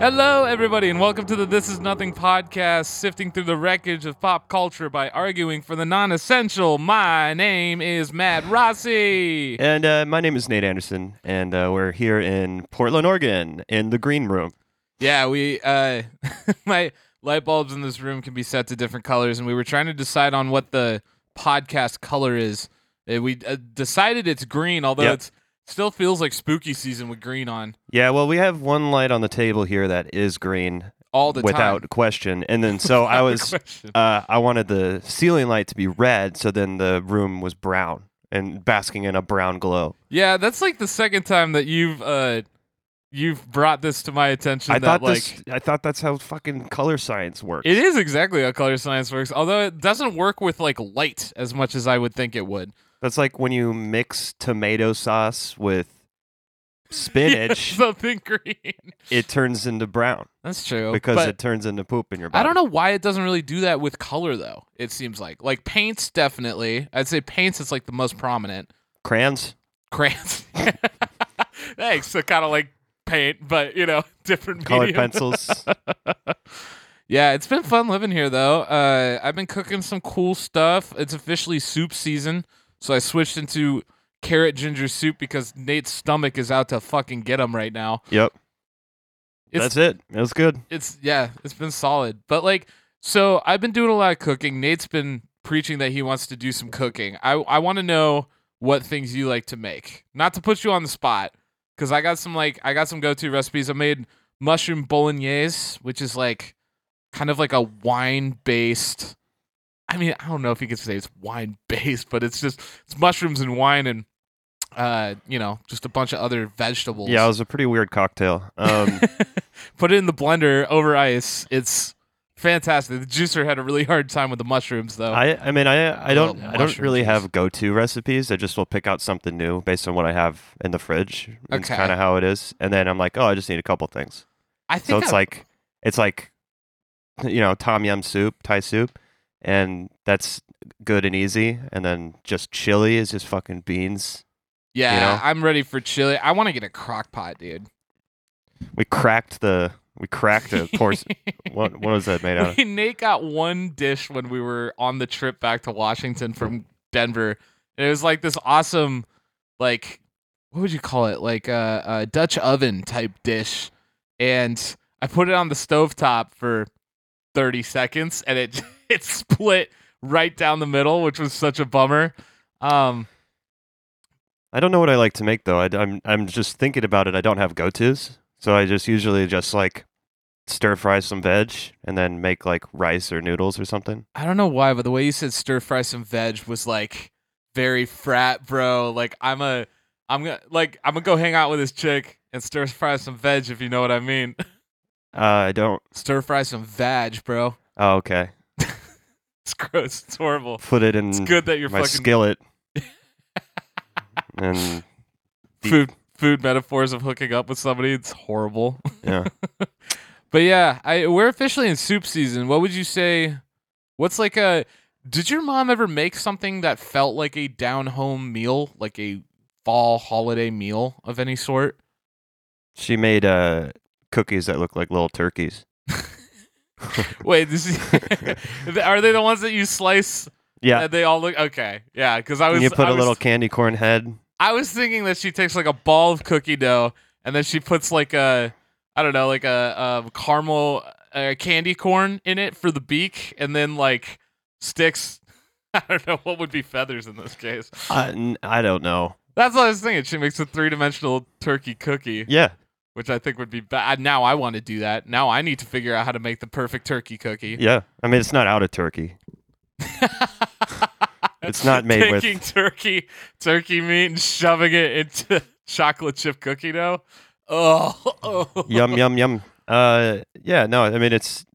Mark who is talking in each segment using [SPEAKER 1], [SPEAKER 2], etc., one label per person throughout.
[SPEAKER 1] Hello, everybody, and welcome to the This Is Nothing podcast, sifting through the wreckage of pop culture by arguing for the non essential. My name is Matt Rossi.
[SPEAKER 2] And uh, my name is Nate Anderson, and uh, we're here in Portland, Oregon, in the green room.
[SPEAKER 1] Yeah, we uh my light bulbs in this room can be set to different colors and we were trying to decide on what the podcast color is. Uh, We uh, decided it's green, although
[SPEAKER 2] Yep.
[SPEAKER 1] it's still feels like spooky season with green on
[SPEAKER 2] Yeah, well, we have one light on the table here that is green
[SPEAKER 1] all the
[SPEAKER 2] without
[SPEAKER 1] time.
[SPEAKER 2] question. And then so I was,
[SPEAKER 1] Question.
[SPEAKER 2] uh, I wanted the ceiling light to be red, so then the room was brown and basking in a brown glow.
[SPEAKER 1] Yeah, that's like the second time that you've uh you've brought this to my attention
[SPEAKER 2] I
[SPEAKER 1] that
[SPEAKER 2] thought
[SPEAKER 1] like
[SPEAKER 2] this, I thought that's how fucking color science works.
[SPEAKER 1] It is exactly how color science works, although it doesn't work with like light as much as I would think it would.
[SPEAKER 2] That's like when you mix tomato sauce with spinach,
[SPEAKER 1] Something green.
[SPEAKER 2] it turns into brown
[SPEAKER 1] That's true.
[SPEAKER 2] because
[SPEAKER 1] but-
[SPEAKER 2] it turns into poop in your body.
[SPEAKER 1] I don't know why it doesn't really do that with color though. It seems like like paints definitely. I'd say paints is like the most prominent.
[SPEAKER 2] Crayons.
[SPEAKER 1] Crayons. Thanks. So kind of like paint, but you know, different
[SPEAKER 2] colored
[SPEAKER 1] medium.
[SPEAKER 2] pencils.
[SPEAKER 1] Yeah, it's been fun living here though. Uh, I've been cooking some cool stuff. It's officially soup season, so I switched into carrot ginger soup because Nate's stomach is out to fucking get him right now.
[SPEAKER 2] yep.
[SPEAKER 1] It's
[SPEAKER 2] That's it. It was good.
[SPEAKER 1] it's yeah, it's been solid. But like, so I've been doing a lot of cooking. Nate's been preaching that he wants to do some cooking. I I want to know what things you like to make. Not to put you on the spot, because I got some like I got some go to recipes. I made mushroom bolognese, which is like kind of like a wine based. I mean, I don't know if you could say it's wine based, but it's just it's mushrooms and wine and uh, you know, just a bunch of other vegetables
[SPEAKER 2] Yeah, it was a pretty weird cocktail. Um,
[SPEAKER 1] put it in the blender over ice. It's fantastic. The juicer had a really hard time with the mushrooms though.
[SPEAKER 2] I, I mean, I, I don't,
[SPEAKER 1] Love
[SPEAKER 2] I don't
[SPEAKER 1] mushroom
[SPEAKER 2] really
[SPEAKER 1] juice.
[SPEAKER 2] have go-to recipes. I just will pick out something new based on what I have in the fridge. It's
[SPEAKER 1] Okay.
[SPEAKER 2] kind of how it is. And then I'm like, oh, I just need a couple things.
[SPEAKER 1] I
[SPEAKER 2] So
[SPEAKER 1] think
[SPEAKER 2] it's
[SPEAKER 1] I-
[SPEAKER 2] like, it's like, you know, tom yum soup, Thai soup, and that's good and easy. And then just chili is just fucking beans.
[SPEAKER 1] yeah,
[SPEAKER 2] you know?
[SPEAKER 1] I'm ready for chili. I want to get a crock pot, dude.
[SPEAKER 2] We cracked the, we cracked a porcelain. what, what was that made out of?
[SPEAKER 1] We- Nate got one dish when we were on the trip back to Washington from Denver. And it was like this awesome, like, what would you call it? Like a, a Dutch oven type dish. And I put it on the stovetop for 30 seconds and it, it split right down the middle, which was such a bummer. Um,
[SPEAKER 2] I don't know what I like to make though. I, am I'm just thinking about it. I don't have go-tos, so I just usually just like stir fry some veg and then make like rice or noodles or something.
[SPEAKER 1] I don't know why, but the way you said stir fry some veg was like very frat bro. Like I'm a I'm gonna like I'm gonna go hang out with this chick and stir fry some veg if you know what I mean.
[SPEAKER 2] Uh, I don't.
[SPEAKER 1] Stir fry some veg, bro.
[SPEAKER 2] Oh, okay.
[SPEAKER 1] It's gross. It's horrible.
[SPEAKER 2] Put it in
[SPEAKER 1] It's good that you're
[SPEAKER 2] Mm, my
[SPEAKER 1] fucking
[SPEAKER 2] skillet. and deep.
[SPEAKER 1] food food metaphors of hooking up with somebody. It's horrible.
[SPEAKER 2] yeah,
[SPEAKER 1] But yeah, I we're officially in soup season. What would you say? What's like a? Did your mom ever make something that felt like a down home meal, like a fall holiday meal of any sort?
[SPEAKER 2] she made uh cookies that look like little turkeys.
[SPEAKER 1] Wait, this is, are they the ones that you slice?
[SPEAKER 2] Yeah,
[SPEAKER 1] And they all look okay. Yeah, because I was
[SPEAKER 2] and you put
[SPEAKER 1] I
[SPEAKER 2] a
[SPEAKER 1] was-
[SPEAKER 2] little candy corn head.
[SPEAKER 1] I was thinking that she takes like a ball of cookie dough and then she puts like a I don't know like a, a caramel uh, candy corn in it for the beak and then like sticks. I don't know what would be feathers in this case.
[SPEAKER 2] I, n- I don't know.
[SPEAKER 1] That's what I was thinking. She makes a three dimensional turkey cookie,
[SPEAKER 2] Yeah,
[SPEAKER 1] which I think would be bad. Now I want to do that. Now I need to figure out how to make the perfect turkey cookie.
[SPEAKER 2] yeah. I mean, it's not out of turkey. It's not made with-
[SPEAKER 1] Taking turkey, turkey meat, and shoving it into chocolate chip cookie dough. Oh, oh.
[SPEAKER 2] yum yum yum. Uh, yeah, no, I mean it's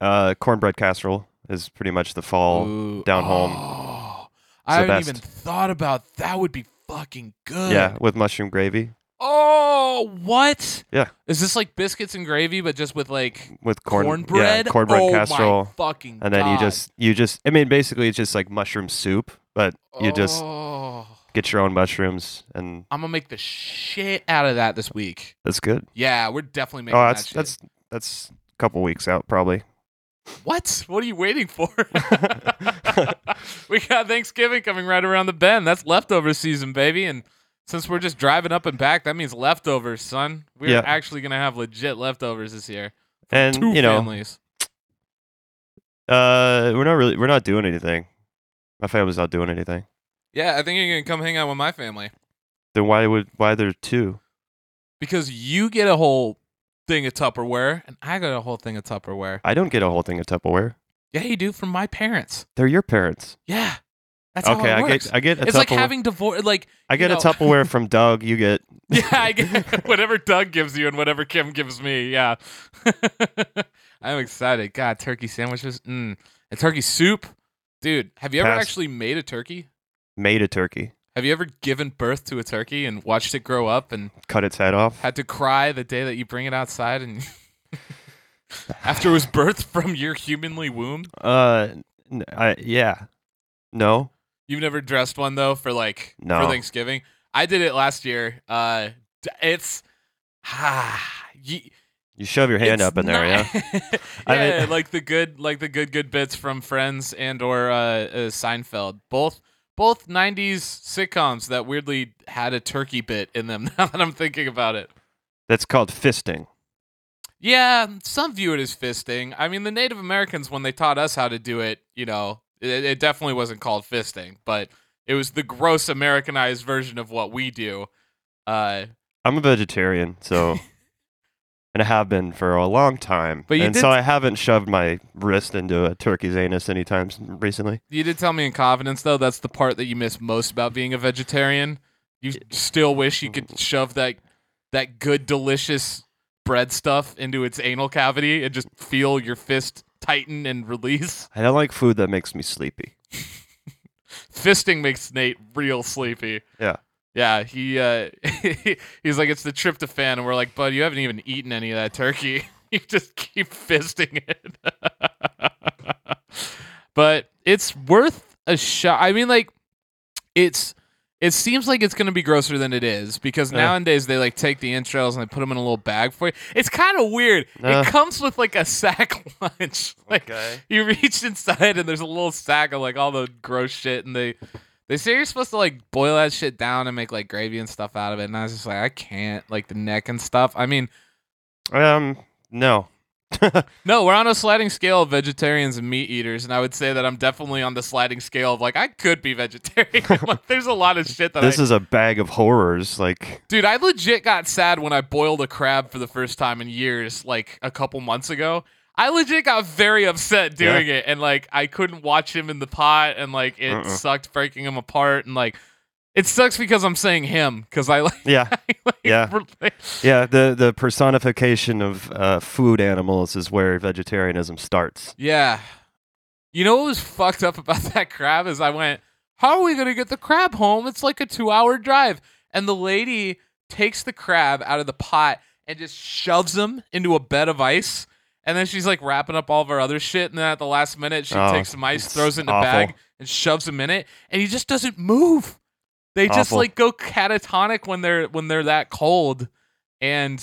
[SPEAKER 2] uh cornbread casserole is pretty much the fall.
[SPEAKER 1] Ooh,
[SPEAKER 2] down home.
[SPEAKER 1] oh.
[SPEAKER 2] It's the
[SPEAKER 1] I haven't
[SPEAKER 2] best.
[SPEAKER 1] even thought about that. Would be fucking good.
[SPEAKER 2] Yeah, with mushroom gravy,
[SPEAKER 1] Oh, what?
[SPEAKER 2] Yeah.
[SPEAKER 1] Is this like biscuits and gravy, but just with like
[SPEAKER 2] with corn,
[SPEAKER 1] cornbread?
[SPEAKER 2] yeah, cornbread
[SPEAKER 1] oh
[SPEAKER 2] casserole,
[SPEAKER 1] My fucking.
[SPEAKER 2] and then you
[SPEAKER 1] God.
[SPEAKER 2] just you just I mean basically it's just like mushroom soup, but you just
[SPEAKER 1] Oh.
[SPEAKER 2] get your own mushrooms and
[SPEAKER 1] I'm gonna make the shit out of that this week.
[SPEAKER 2] that's good.
[SPEAKER 1] Yeah, we're definitely making
[SPEAKER 2] Oh,
[SPEAKER 1] that
[SPEAKER 2] that's
[SPEAKER 1] shit.
[SPEAKER 2] that's that's a couple weeks out probably.
[SPEAKER 1] What? What are you waiting for? we got Thanksgiving coming right around the bend. That's leftover season, baby. And since we're just driving up and back, that means leftovers, son. We're
[SPEAKER 2] Yeah.
[SPEAKER 1] actually gonna have legit leftovers this year.
[SPEAKER 2] And
[SPEAKER 1] Two
[SPEAKER 2] you know,
[SPEAKER 1] families.
[SPEAKER 2] uh, we're not really we're not doing anything. My family's not doing anything.
[SPEAKER 1] Yeah, I think you're gonna come hang out with my family
[SPEAKER 2] Then why would why there two?
[SPEAKER 1] because you get a whole thing of Tupperware and I got a whole thing of Tupperware.
[SPEAKER 2] I don't get a whole thing of Tupperware.
[SPEAKER 1] Yeah, you do from my parents.
[SPEAKER 2] They're your parents.
[SPEAKER 1] Yeah, that's
[SPEAKER 2] okay,
[SPEAKER 1] how it
[SPEAKER 2] I
[SPEAKER 1] works.
[SPEAKER 2] get I get a
[SPEAKER 1] it's
[SPEAKER 2] Tupperware.
[SPEAKER 1] like having divorce. Like
[SPEAKER 2] I get
[SPEAKER 1] you
[SPEAKER 2] a
[SPEAKER 1] know-
[SPEAKER 2] Tupperware from Doug. You get
[SPEAKER 1] Yeah, I get whatever Doug gives you and whatever Kim gives me. Yeah. I'm excited. God, turkey sandwiches. Mm. And turkey soup. Dude, have you ever
[SPEAKER 2] Pass.
[SPEAKER 1] actually made a turkey?
[SPEAKER 2] made a turkey,
[SPEAKER 1] Have you ever given birth to a turkey and watched it grow up and
[SPEAKER 2] cut its head off.
[SPEAKER 1] had to cry the day that you bring it outside and after it was birthed from your humanly womb?
[SPEAKER 2] Uh, n- I, yeah, no,
[SPEAKER 1] You've never dressed one though for like
[SPEAKER 2] No.
[SPEAKER 1] for Thanksgiving. I did it last year. Uh d- it's ah, ye-
[SPEAKER 2] you shove your hand
[SPEAKER 1] It's
[SPEAKER 2] up in there. Yeah,
[SPEAKER 1] not- yeah,
[SPEAKER 2] I mean-
[SPEAKER 1] like the good, like the good, good bits from Friends and or uh, uh, Seinfeld. Both, both '90s sitcoms that weirdly had a turkey bit in them. Now that I'm thinking about it,
[SPEAKER 2] that's called fisting.
[SPEAKER 1] yeah, some view it as fisting. I mean, the Native Americans when they taught us how to do it, you know, it, it definitely wasn't called fisting, but it was the gross Americanized version of what we do. Uh,
[SPEAKER 2] I'm a vegetarian, so and I have been for a long time.
[SPEAKER 1] But you
[SPEAKER 2] and
[SPEAKER 1] did-
[SPEAKER 2] so I haven't shoved my wrist into a turkey's anus any times recently.
[SPEAKER 1] You did tell me in confidence though that's the part that you miss most about being a vegetarian. You still wish you could shove that that good delicious bread stuff into its anal cavity and just feel your fist tighten and release.
[SPEAKER 2] I don't like food that makes me sleepy.
[SPEAKER 1] Fisting makes Nate real sleepy.
[SPEAKER 2] Yeah.
[SPEAKER 1] Yeah, he uh he's like it's the tryptophan and we're like, "Bud, you haven't even eaten any of that turkey. you just keep fisting it." but it's worth a shot. I mean like it's it seems like it's going to be grosser than it is because
[SPEAKER 2] Yeah.
[SPEAKER 1] nowadays they like take the entrails and they put them in a little bag for you. It's kind of weird.
[SPEAKER 2] Yeah.
[SPEAKER 1] It comes with like a sack lunch. like
[SPEAKER 2] Okay.
[SPEAKER 1] you reach inside and there's a little sack of like all the gross shit and they they say you're supposed to like boil that shit down and make like gravy and stuff out of it and I was just like I can't like the neck and stuff. I mean,
[SPEAKER 2] Um, no.
[SPEAKER 1] no, we're on a sliding scale of vegetarians and meat eaters and I would say that I'm definitely on the sliding scale of like I could be vegetarian. like there's a lot of shit that I
[SPEAKER 2] This is a bag of horrors. Like,
[SPEAKER 1] Dude, I legit got sad when I boiled a crab for the first time in years, like a couple months ago. I legit got very upset
[SPEAKER 2] Yeah.
[SPEAKER 1] doing it, and like I couldn't watch him in the pot, and like it
[SPEAKER 2] Uh-uh.
[SPEAKER 1] sucked breaking him apart, and like it sucks because I'm saying him because I like,
[SPEAKER 2] yeah,
[SPEAKER 1] like,
[SPEAKER 2] Yeah.
[SPEAKER 1] relate-
[SPEAKER 2] yeah. The the personification of uh, food animals is where vegetarianism starts.
[SPEAKER 1] yeah. You know what was fucked up about that crab is I went, how are we gonna get the crab home? It's like a two hour drive, and the lady takes the crab out of the pot and just shoves him into a bed of ice. And then she's like wrapping up all of her other shit. And then at the last minute, she
[SPEAKER 2] Oh,
[SPEAKER 1] takes some ice,
[SPEAKER 2] it's
[SPEAKER 1] throws it in a
[SPEAKER 2] awful.
[SPEAKER 1] bag, and shoves him in it. And he just doesn't move. They just
[SPEAKER 2] Awful.
[SPEAKER 1] like go catatonic when they're when they're that cold. And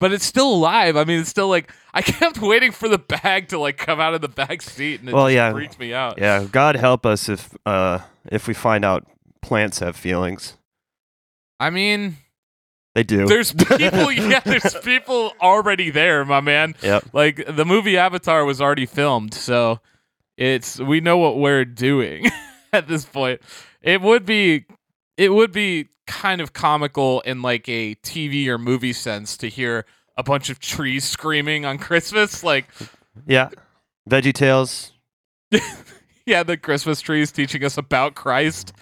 [SPEAKER 1] but it's still alive. I mean, it's still like I kept waiting for the bag to like come out of the back seat, and it
[SPEAKER 2] Well,
[SPEAKER 1] just
[SPEAKER 2] yeah.
[SPEAKER 1] freaked me out.
[SPEAKER 2] Yeah, God help us if uh if we find out plants have feelings.
[SPEAKER 1] I mean,
[SPEAKER 2] They do.
[SPEAKER 1] there's people. yeah, there's people already there, my man.
[SPEAKER 2] Yep.
[SPEAKER 1] Like the movie Avatar was already filmed, so it's we know what we're doing at this point. It would be it would be kind of comical in like a TV or movie sense to hear a bunch of trees screaming on Christmas, like
[SPEAKER 2] Yeah. Veggie Tales.
[SPEAKER 1] yeah, the Christmas trees teaching us about Christ.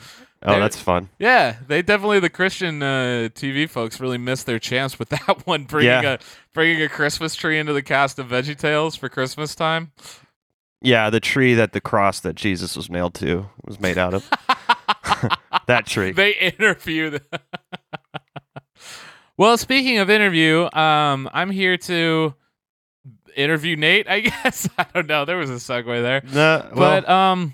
[SPEAKER 2] Oh,
[SPEAKER 1] There-
[SPEAKER 2] that's fun.
[SPEAKER 1] Yeah, they definitely the Christian uh, TV folks really missed their chance with that one bringing
[SPEAKER 2] Yeah.
[SPEAKER 1] a bringing a Christmas tree into the cast of VeggieTales for Christmas time.
[SPEAKER 2] Yeah, the tree that the cross that Jesus was nailed to was made out of. that tree.
[SPEAKER 1] They interview them. well, speaking of interview, um, I'm here to interview Nate. I guess I don't know. There was a segue there.
[SPEAKER 2] Nah, well,
[SPEAKER 1] but um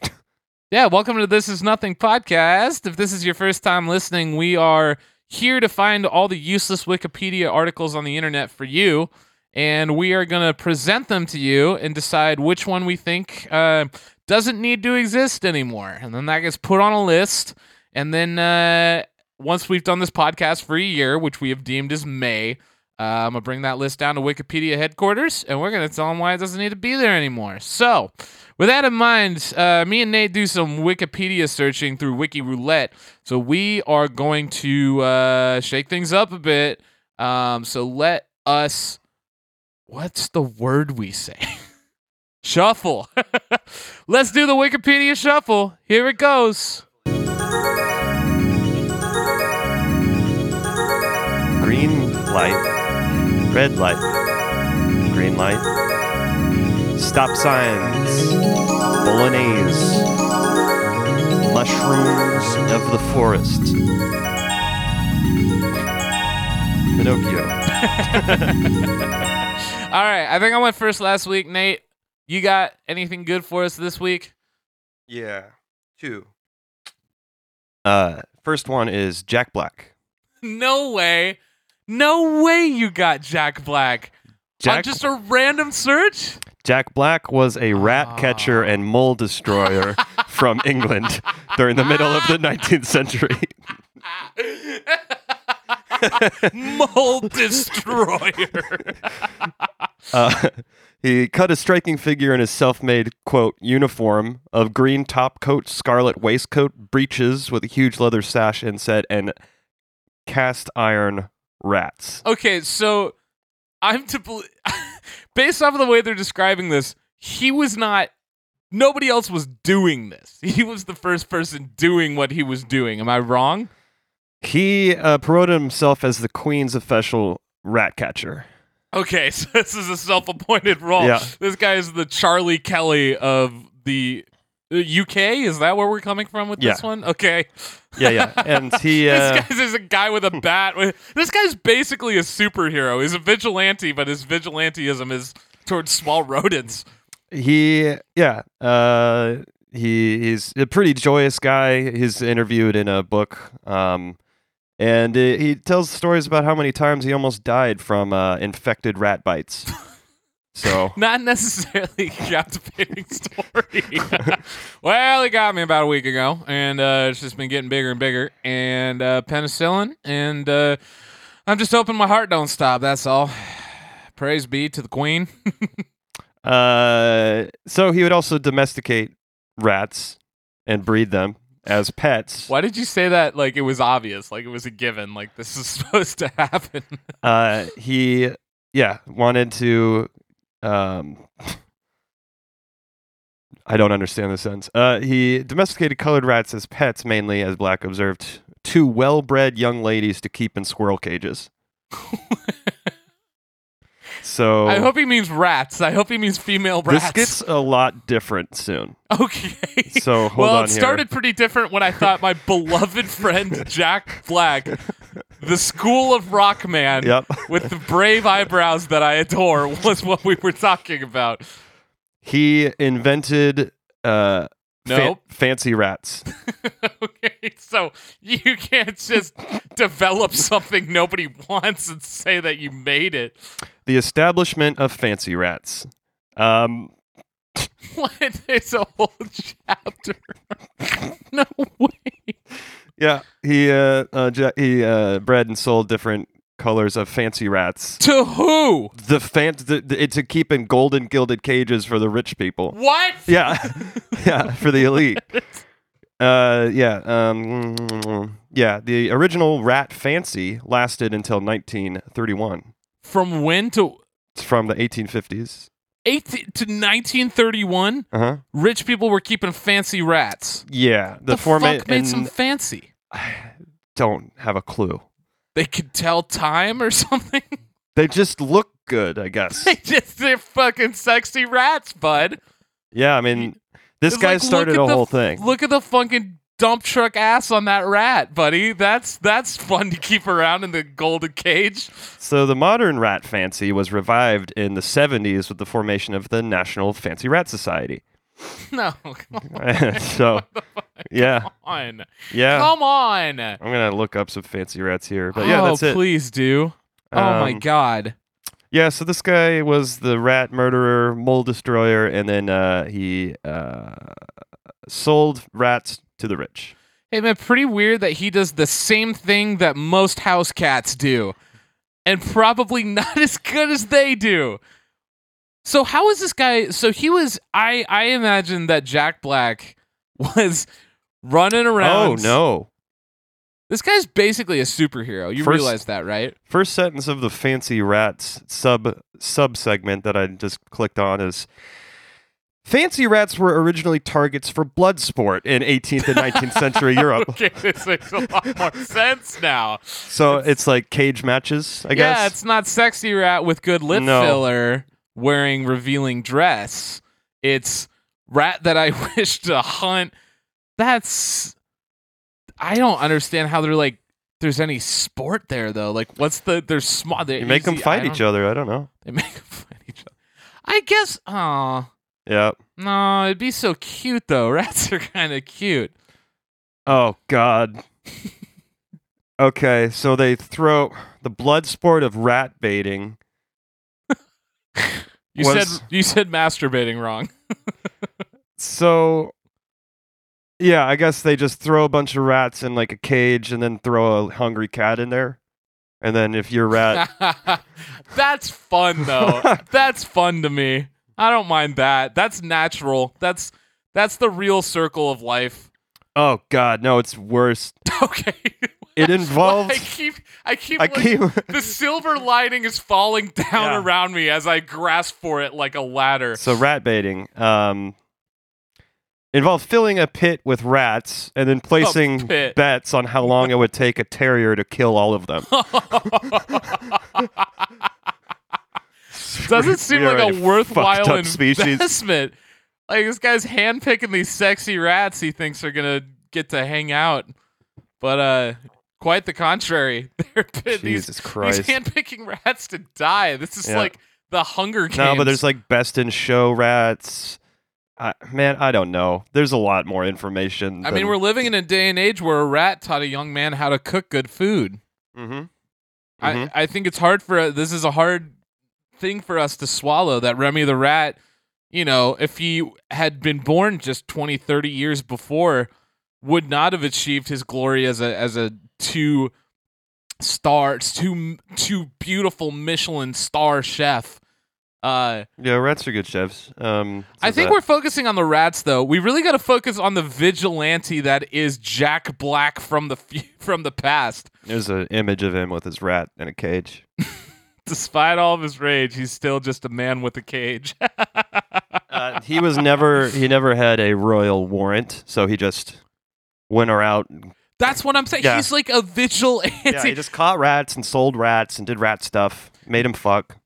[SPEAKER 1] yeah welcome to this is nothing podcast if this is your first time listening we are here to find all the useless wikipedia articles on the internet for you and we are going to present them to you and decide which one we think uh, doesn't need to exist anymore. And then that gets put on a list. And then uh, once we've done this podcast for a year, which we have deemed as May, uh, I'm going to bring that list down to Wikipedia headquarters and we're going to tell them why it doesn't need to be there anymore. So, with that in mind, uh, me and Nate do some Wikipedia searching through Wiki Roulette. So, we are going to uh, shake things up a bit. Um, so, let us. What's the word we say? shuffle. Let's do the Wikipedia shuffle. Here it goes.
[SPEAKER 2] Green light, red light, green light, stop signs, bolognese, mushrooms of the forest, Pinocchio.
[SPEAKER 1] All right. I think I went first last week. Nate, you got anything good for us this week?
[SPEAKER 3] Yeah. Two.
[SPEAKER 2] Uh, first one is Jack Black.
[SPEAKER 1] No way. No way you got Jack Black. On
[SPEAKER 2] Jack,
[SPEAKER 1] just a random search?
[SPEAKER 2] Jack Black was a
[SPEAKER 1] Ah.
[SPEAKER 2] rat catcher and mole destroyer from England during the middle of the 19th century.
[SPEAKER 1] Mole Destroyer.
[SPEAKER 2] Uh, he cut a striking figure in his self-made quote uniform of green top coat, scarlet waistcoat, breeches with a huge leather sash, and said, "and cast iron rats."
[SPEAKER 1] okay, so I'm to bel based off of the way they're describing this, he was not. Nobody else was doing this. He was the first person doing what he was doing. Am I wrong?
[SPEAKER 2] He uh, promoted himself as the Queen's official rat catcher.
[SPEAKER 1] Okay, so this is a self-appointed role.
[SPEAKER 2] Yeah.
[SPEAKER 1] This guy is the Charlie Kelly of the uh, UK. Is that where we're coming from with this
[SPEAKER 2] Yeah.
[SPEAKER 1] one? Okay.
[SPEAKER 2] Yeah, yeah, and he uh,
[SPEAKER 1] This guy's is a guy with a bat. with- This guy's basically a superhero. He's a vigilante, but his vigilanteism is towards small rodents.
[SPEAKER 2] he yeah uh he he's a pretty joyous guy he's interviewed in a book um and uh, he tells stories about how many times he almost died from uh, infected rat bites so
[SPEAKER 1] Not necessarily captivating story. well, he got me about a week ago, and uh, it's just been getting bigger and bigger. And uh, penicillin, and uh, I'm just hoping my heart don't stop. That's all. Praise be to the queen.
[SPEAKER 2] uh so he would also domesticate rats and breed them as pets
[SPEAKER 1] Why did you say that? Like it was obvious, like it was a given, like this is supposed to happen.
[SPEAKER 2] uh he yeah wanted to um i don't understand the sense uh he domesticated colored rats as pets mainly as black observed two well-bred young ladies to keep in squirrel cages so
[SPEAKER 1] I hope he means rats. I hope he means female
[SPEAKER 2] Oh. this
[SPEAKER 1] rats.
[SPEAKER 2] gets a lot different soon
[SPEAKER 1] okay.
[SPEAKER 2] so hold
[SPEAKER 1] well,
[SPEAKER 2] on
[SPEAKER 1] it started pretty different when I thought my beloved friend Jack Black, the School of Rock Man,
[SPEAKER 2] here yep
[SPEAKER 1] with the brave eyebrows that I adore, was what we were talking about.
[SPEAKER 2] he invented uh fan-
[SPEAKER 1] Nope.
[SPEAKER 2] fancy rats
[SPEAKER 1] okay, so you can't just develop something nobody wants and say that you made it.
[SPEAKER 2] the establishment of fancy rats um
[SPEAKER 1] What? It's a whole chapter. no way.
[SPEAKER 2] Yeah, he uh, uh ja- he uh bred and sold different colors of fancy rats.
[SPEAKER 1] To who?
[SPEAKER 2] The fan the, the, to keep in golden gilded cages for the rich people.
[SPEAKER 1] What?
[SPEAKER 2] Yeah, yeah, for the elite. Uh, yeah, um, yeah. The original rat fancy lasted until 1931.
[SPEAKER 1] From when to
[SPEAKER 2] It's from the 1850s.
[SPEAKER 1] 18 to 1931?
[SPEAKER 2] Uh huh.
[SPEAKER 1] rich people were keeping fancy rats.
[SPEAKER 2] Yeah, the,
[SPEAKER 1] The,
[SPEAKER 2] format.
[SPEAKER 1] fuck made
[SPEAKER 2] and
[SPEAKER 1] some fancy.
[SPEAKER 2] I don't have a clue.
[SPEAKER 1] They could tell time or something.
[SPEAKER 2] They just look good, I guess.
[SPEAKER 1] they just they're fucking sexy rats, bud.
[SPEAKER 2] yeah, I mean, this
[SPEAKER 1] It's
[SPEAKER 2] guy
[SPEAKER 1] like, look
[SPEAKER 2] started
[SPEAKER 1] at
[SPEAKER 2] a
[SPEAKER 1] the
[SPEAKER 2] whole
[SPEAKER 1] f-
[SPEAKER 2] thing.
[SPEAKER 1] Look at the fucking dump truck ass on that rat, buddy. That's that's fun to keep around in the golden cage.
[SPEAKER 2] So the modern rat fancy was revived in the 70s with the formation of the National Fancy Rat Society.
[SPEAKER 1] No, come
[SPEAKER 2] so, yeah,
[SPEAKER 1] on,
[SPEAKER 2] yeah.
[SPEAKER 1] come on.
[SPEAKER 2] I'm gonna look up some fancy rats here, but yeah, that's
[SPEAKER 1] oh,
[SPEAKER 2] it.
[SPEAKER 1] please do. oh my
[SPEAKER 2] Um,
[SPEAKER 1] god.
[SPEAKER 2] Yeah, so this guy was the rat murderer, mole destroyer, and then uh, he uh, sold rats to the rich.
[SPEAKER 1] Hey man, pretty weird that he does the same thing that most house cats do, and probably not as good as they do. So how is this guy? So he was. I I imagine that Jack Black was running around.
[SPEAKER 2] Oh no!
[SPEAKER 1] this guy's basically a superhero. You
[SPEAKER 2] First-
[SPEAKER 1] realize that, right?
[SPEAKER 2] First sentence of the fancy rats sub sub segment that I just clicked on is. Fancy rats were originally targets for blood sport in 18th and 19th century Europe.
[SPEAKER 1] Okay, this makes a lot more sense now.
[SPEAKER 2] So it's like cage matches, I guess.
[SPEAKER 1] Yeah, it's not sexy rat with good lip
[SPEAKER 2] No.
[SPEAKER 1] filler wearing revealing dress. It's rat that I wish to hunt. That's I don't understand how they're like there's any sport there though. Like what's the they're small they
[SPEAKER 2] you make them fight each other. I don't know.
[SPEAKER 1] They make them fight each other. I guess oh
[SPEAKER 2] Yeah.
[SPEAKER 1] no, it'd be so cute though. Rats are kinda cute.
[SPEAKER 2] Oh God. okay, so they throw the blood sport of rat baiting.
[SPEAKER 1] You
[SPEAKER 2] Was-
[SPEAKER 1] said you said masturbating wrong.
[SPEAKER 2] So yeah, I guess they just throw a bunch of rats in like a cage and then throw a hungry cat in there. And then if your rat
[SPEAKER 1] That's fun though. that's fun to me. I don't mind that. That's natural. That's that's the real circle of life.
[SPEAKER 2] Oh god, no, it's worse.
[SPEAKER 1] Okay.
[SPEAKER 2] It
[SPEAKER 1] Well, I
[SPEAKER 2] involves
[SPEAKER 1] keep I keep
[SPEAKER 2] I
[SPEAKER 1] like,
[SPEAKER 2] keep
[SPEAKER 1] the silver lining is falling down
[SPEAKER 2] Yeah.
[SPEAKER 1] around me as I grasp for it like a ladder.
[SPEAKER 2] So rat baiting. Um involved filling a pit with rats and then placing
[SPEAKER 1] pit.
[SPEAKER 2] bets on how long it would take a terrier to kill all of them.
[SPEAKER 1] Doesn't seem
[SPEAKER 2] We
[SPEAKER 1] like
[SPEAKER 2] already
[SPEAKER 1] a
[SPEAKER 2] fucked
[SPEAKER 1] worthwhile
[SPEAKER 2] up species.
[SPEAKER 1] investment. Like this guy's handpicking these sexy rats he thinks are gonna get to hang out, but uh, quite the contrary. They're these,
[SPEAKER 2] Jesus
[SPEAKER 1] these
[SPEAKER 2] Christ.
[SPEAKER 1] handpicking rats to die. This is
[SPEAKER 2] Yeah.
[SPEAKER 1] like the Hunger Games.
[SPEAKER 2] No, but there's like best in show rats. I, man, I don't know. There's a lot more information.
[SPEAKER 1] I mean, we're living in a day and age where a rat taught a young man how to cook good food.
[SPEAKER 2] hmm Mhm.
[SPEAKER 1] I, I think it's hard for this is a hard thing for us to swallow that Remy the rat, you know, if he had been born just 20, 30 years before, would not have achieved his glory as a as a two star two two beautiful Michelin star chef. Uh
[SPEAKER 2] Yeah, rats are good chefs. Um,
[SPEAKER 1] I think we're focusing on the rats, though. We really got to focus on the vigilante that is Jack Black from the fu- from the past.
[SPEAKER 2] there's an image of him with his rat in a cage.
[SPEAKER 1] Despite all of his rage, he's still just a man with a cage.
[SPEAKER 2] Uh, he was never he never had a royal warrant, so he just went around.
[SPEAKER 1] That's what I'm saying.
[SPEAKER 2] Yeah.
[SPEAKER 1] He's like a vigilante.
[SPEAKER 2] Yeah, he just caught rats and sold rats and did rat stuff. Made him fuck.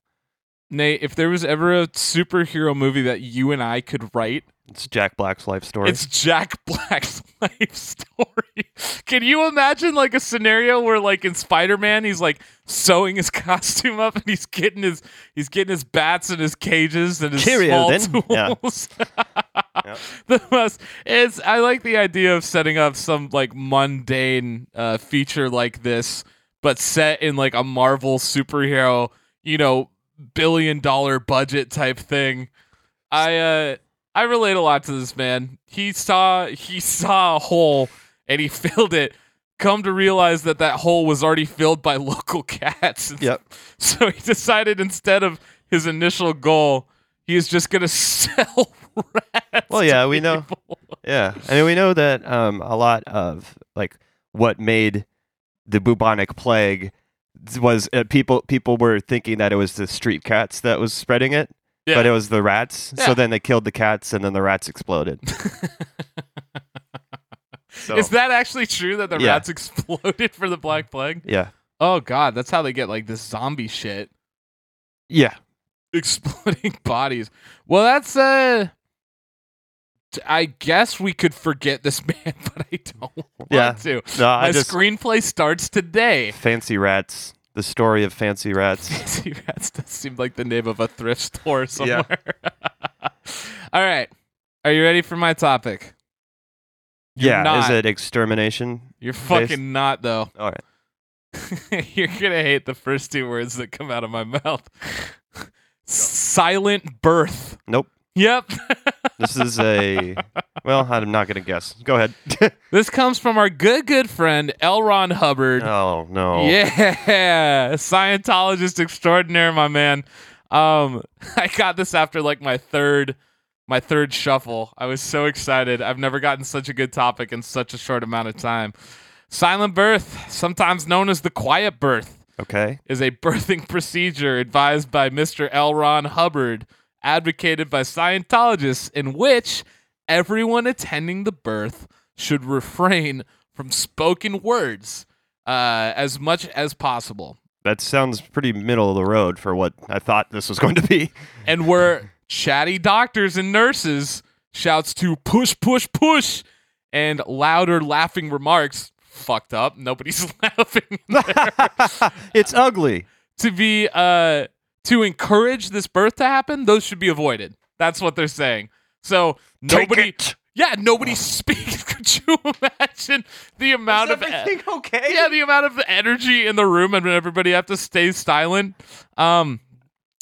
[SPEAKER 1] Nate, if there was ever a superhero movie that you and I could write,
[SPEAKER 2] It's Jack Black's life story.
[SPEAKER 1] it's Jack Black's life story. Can you imagine like a scenario where like in Spider-Man, he's like sewing his costume up and he's getting his he's getting his bats and his cages and his
[SPEAKER 2] Cheerio,
[SPEAKER 1] small
[SPEAKER 2] then. Yeah.
[SPEAKER 1] tools.
[SPEAKER 2] Yeah.
[SPEAKER 1] The most it's I like the idea of setting up some like mundane uh, feature like this, but set in like a Marvel superhero, you know, billion dollar budget type thing. I uh I relate a lot to this man. He saw he saw a hole and he filled it. Come to realize that that hole was already filled by local cats.
[SPEAKER 2] Yep.
[SPEAKER 1] So he decided instead of his initial goal, he is just gonna sell rats.
[SPEAKER 2] Well,
[SPEAKER 1] to
[SPEAKER 2] yeah, we know.
[SPEAKER 1] people.
[SPEAKER 2] Yeah, I mean we know that um, a lot of like what made the bubonic plague was uh, people people were thinking that it was the street cats that was spreading it,
[SPEAKER 1] Yeah.
[SPEAKER 2] but it was the rats.
[SPEAKER 1] Yeah.
[SPEAKER 2] So then they killed the cats, and then the rats exploded. so
[SPEAKER 1] Is that actually true that the
[SPEAKER 2] Yeah.
[SPEAKER 1] rats exploded for the Black Plague?
[SPEAKER 2] yeah,
[SPEAKER 1] Oh god, that's how they get like this zombie shit.
[SPEAKER 2] yeah,
[SPEAKER 1] exploding bodies. Well, that's uh t- I guess we could forget this man, but I don't want
[SPEAKER 2] Yeah.
[SPEAKER 1] to.
[SPEAKER 2] no,
[SPEAKER 1] My
[SPEAKER 2] I just
[SPEAKER 1] screenplay starts today.
[SPEAKER 2] fancy rats. The story of fancy rats.
[SPEAKER 1] Fancy Rats does seem like the name of a thrift store somewhere. All right. Are you ready for my topic? You're
[SPEAKER 2] yeah,
[SPEAKER 1] not.
[SPEAKER 2] is it extermination?
[SPEAKER 1] You're fucking not though.
[SPEAKER 2] All right.
[SPEAKER 1] You're gonna hate the first two words that come out of my mouth. Silent birth.
[SPEAKER 2] Nope.
[SPEAKER 1] Yep.
[SPEAKER 2] This is a well. I'm not gonna guess. Go ahead.
[SPEAKER 1] this comes from our good good friend L. Ron Hubbard.
[SPEAKER 2] oh no.
[SPEAKER 1] Yeah, Scientologist extraordinaire, my man. Um, I got this after like my third, my third shuffle. I was so excited. I've never gotten such a good topic in such a short amount of time. Silent birth, sometimes known as the quiet birth,
[SPEAKER 2] Okay.
[SPEAKER 1] is a birthing procedure advised by Mr. L. Ron Hubbard, advocated by Scientologists, in which everyone attending the birth should refrain from spoken words uh, as much as possible
[SPEAKER 2] That sounds pretty middle of the road for what I thought this was going to be.
[SPEAKER 1] and where chatty doctors and nurses shouts to push push push and louder laughing remarks fucked up nobody's laughing
[SPEAKER 2] it's ugly.
[SPEAKER 1] to be uh to encourage this birth to happen those should be avoided that's what they're saying so nobody
[SPEAKER 2] Take it.
[SPEAKER 1] yeah nobody speaks could you imagine the amount
[SPEAKER 3] Is
[SPEAKER 1] of e-
[SPEAKER 3] everything okay?
[SPEAKER 1] yeah the amount of energy in the room and everybody have to stay silent um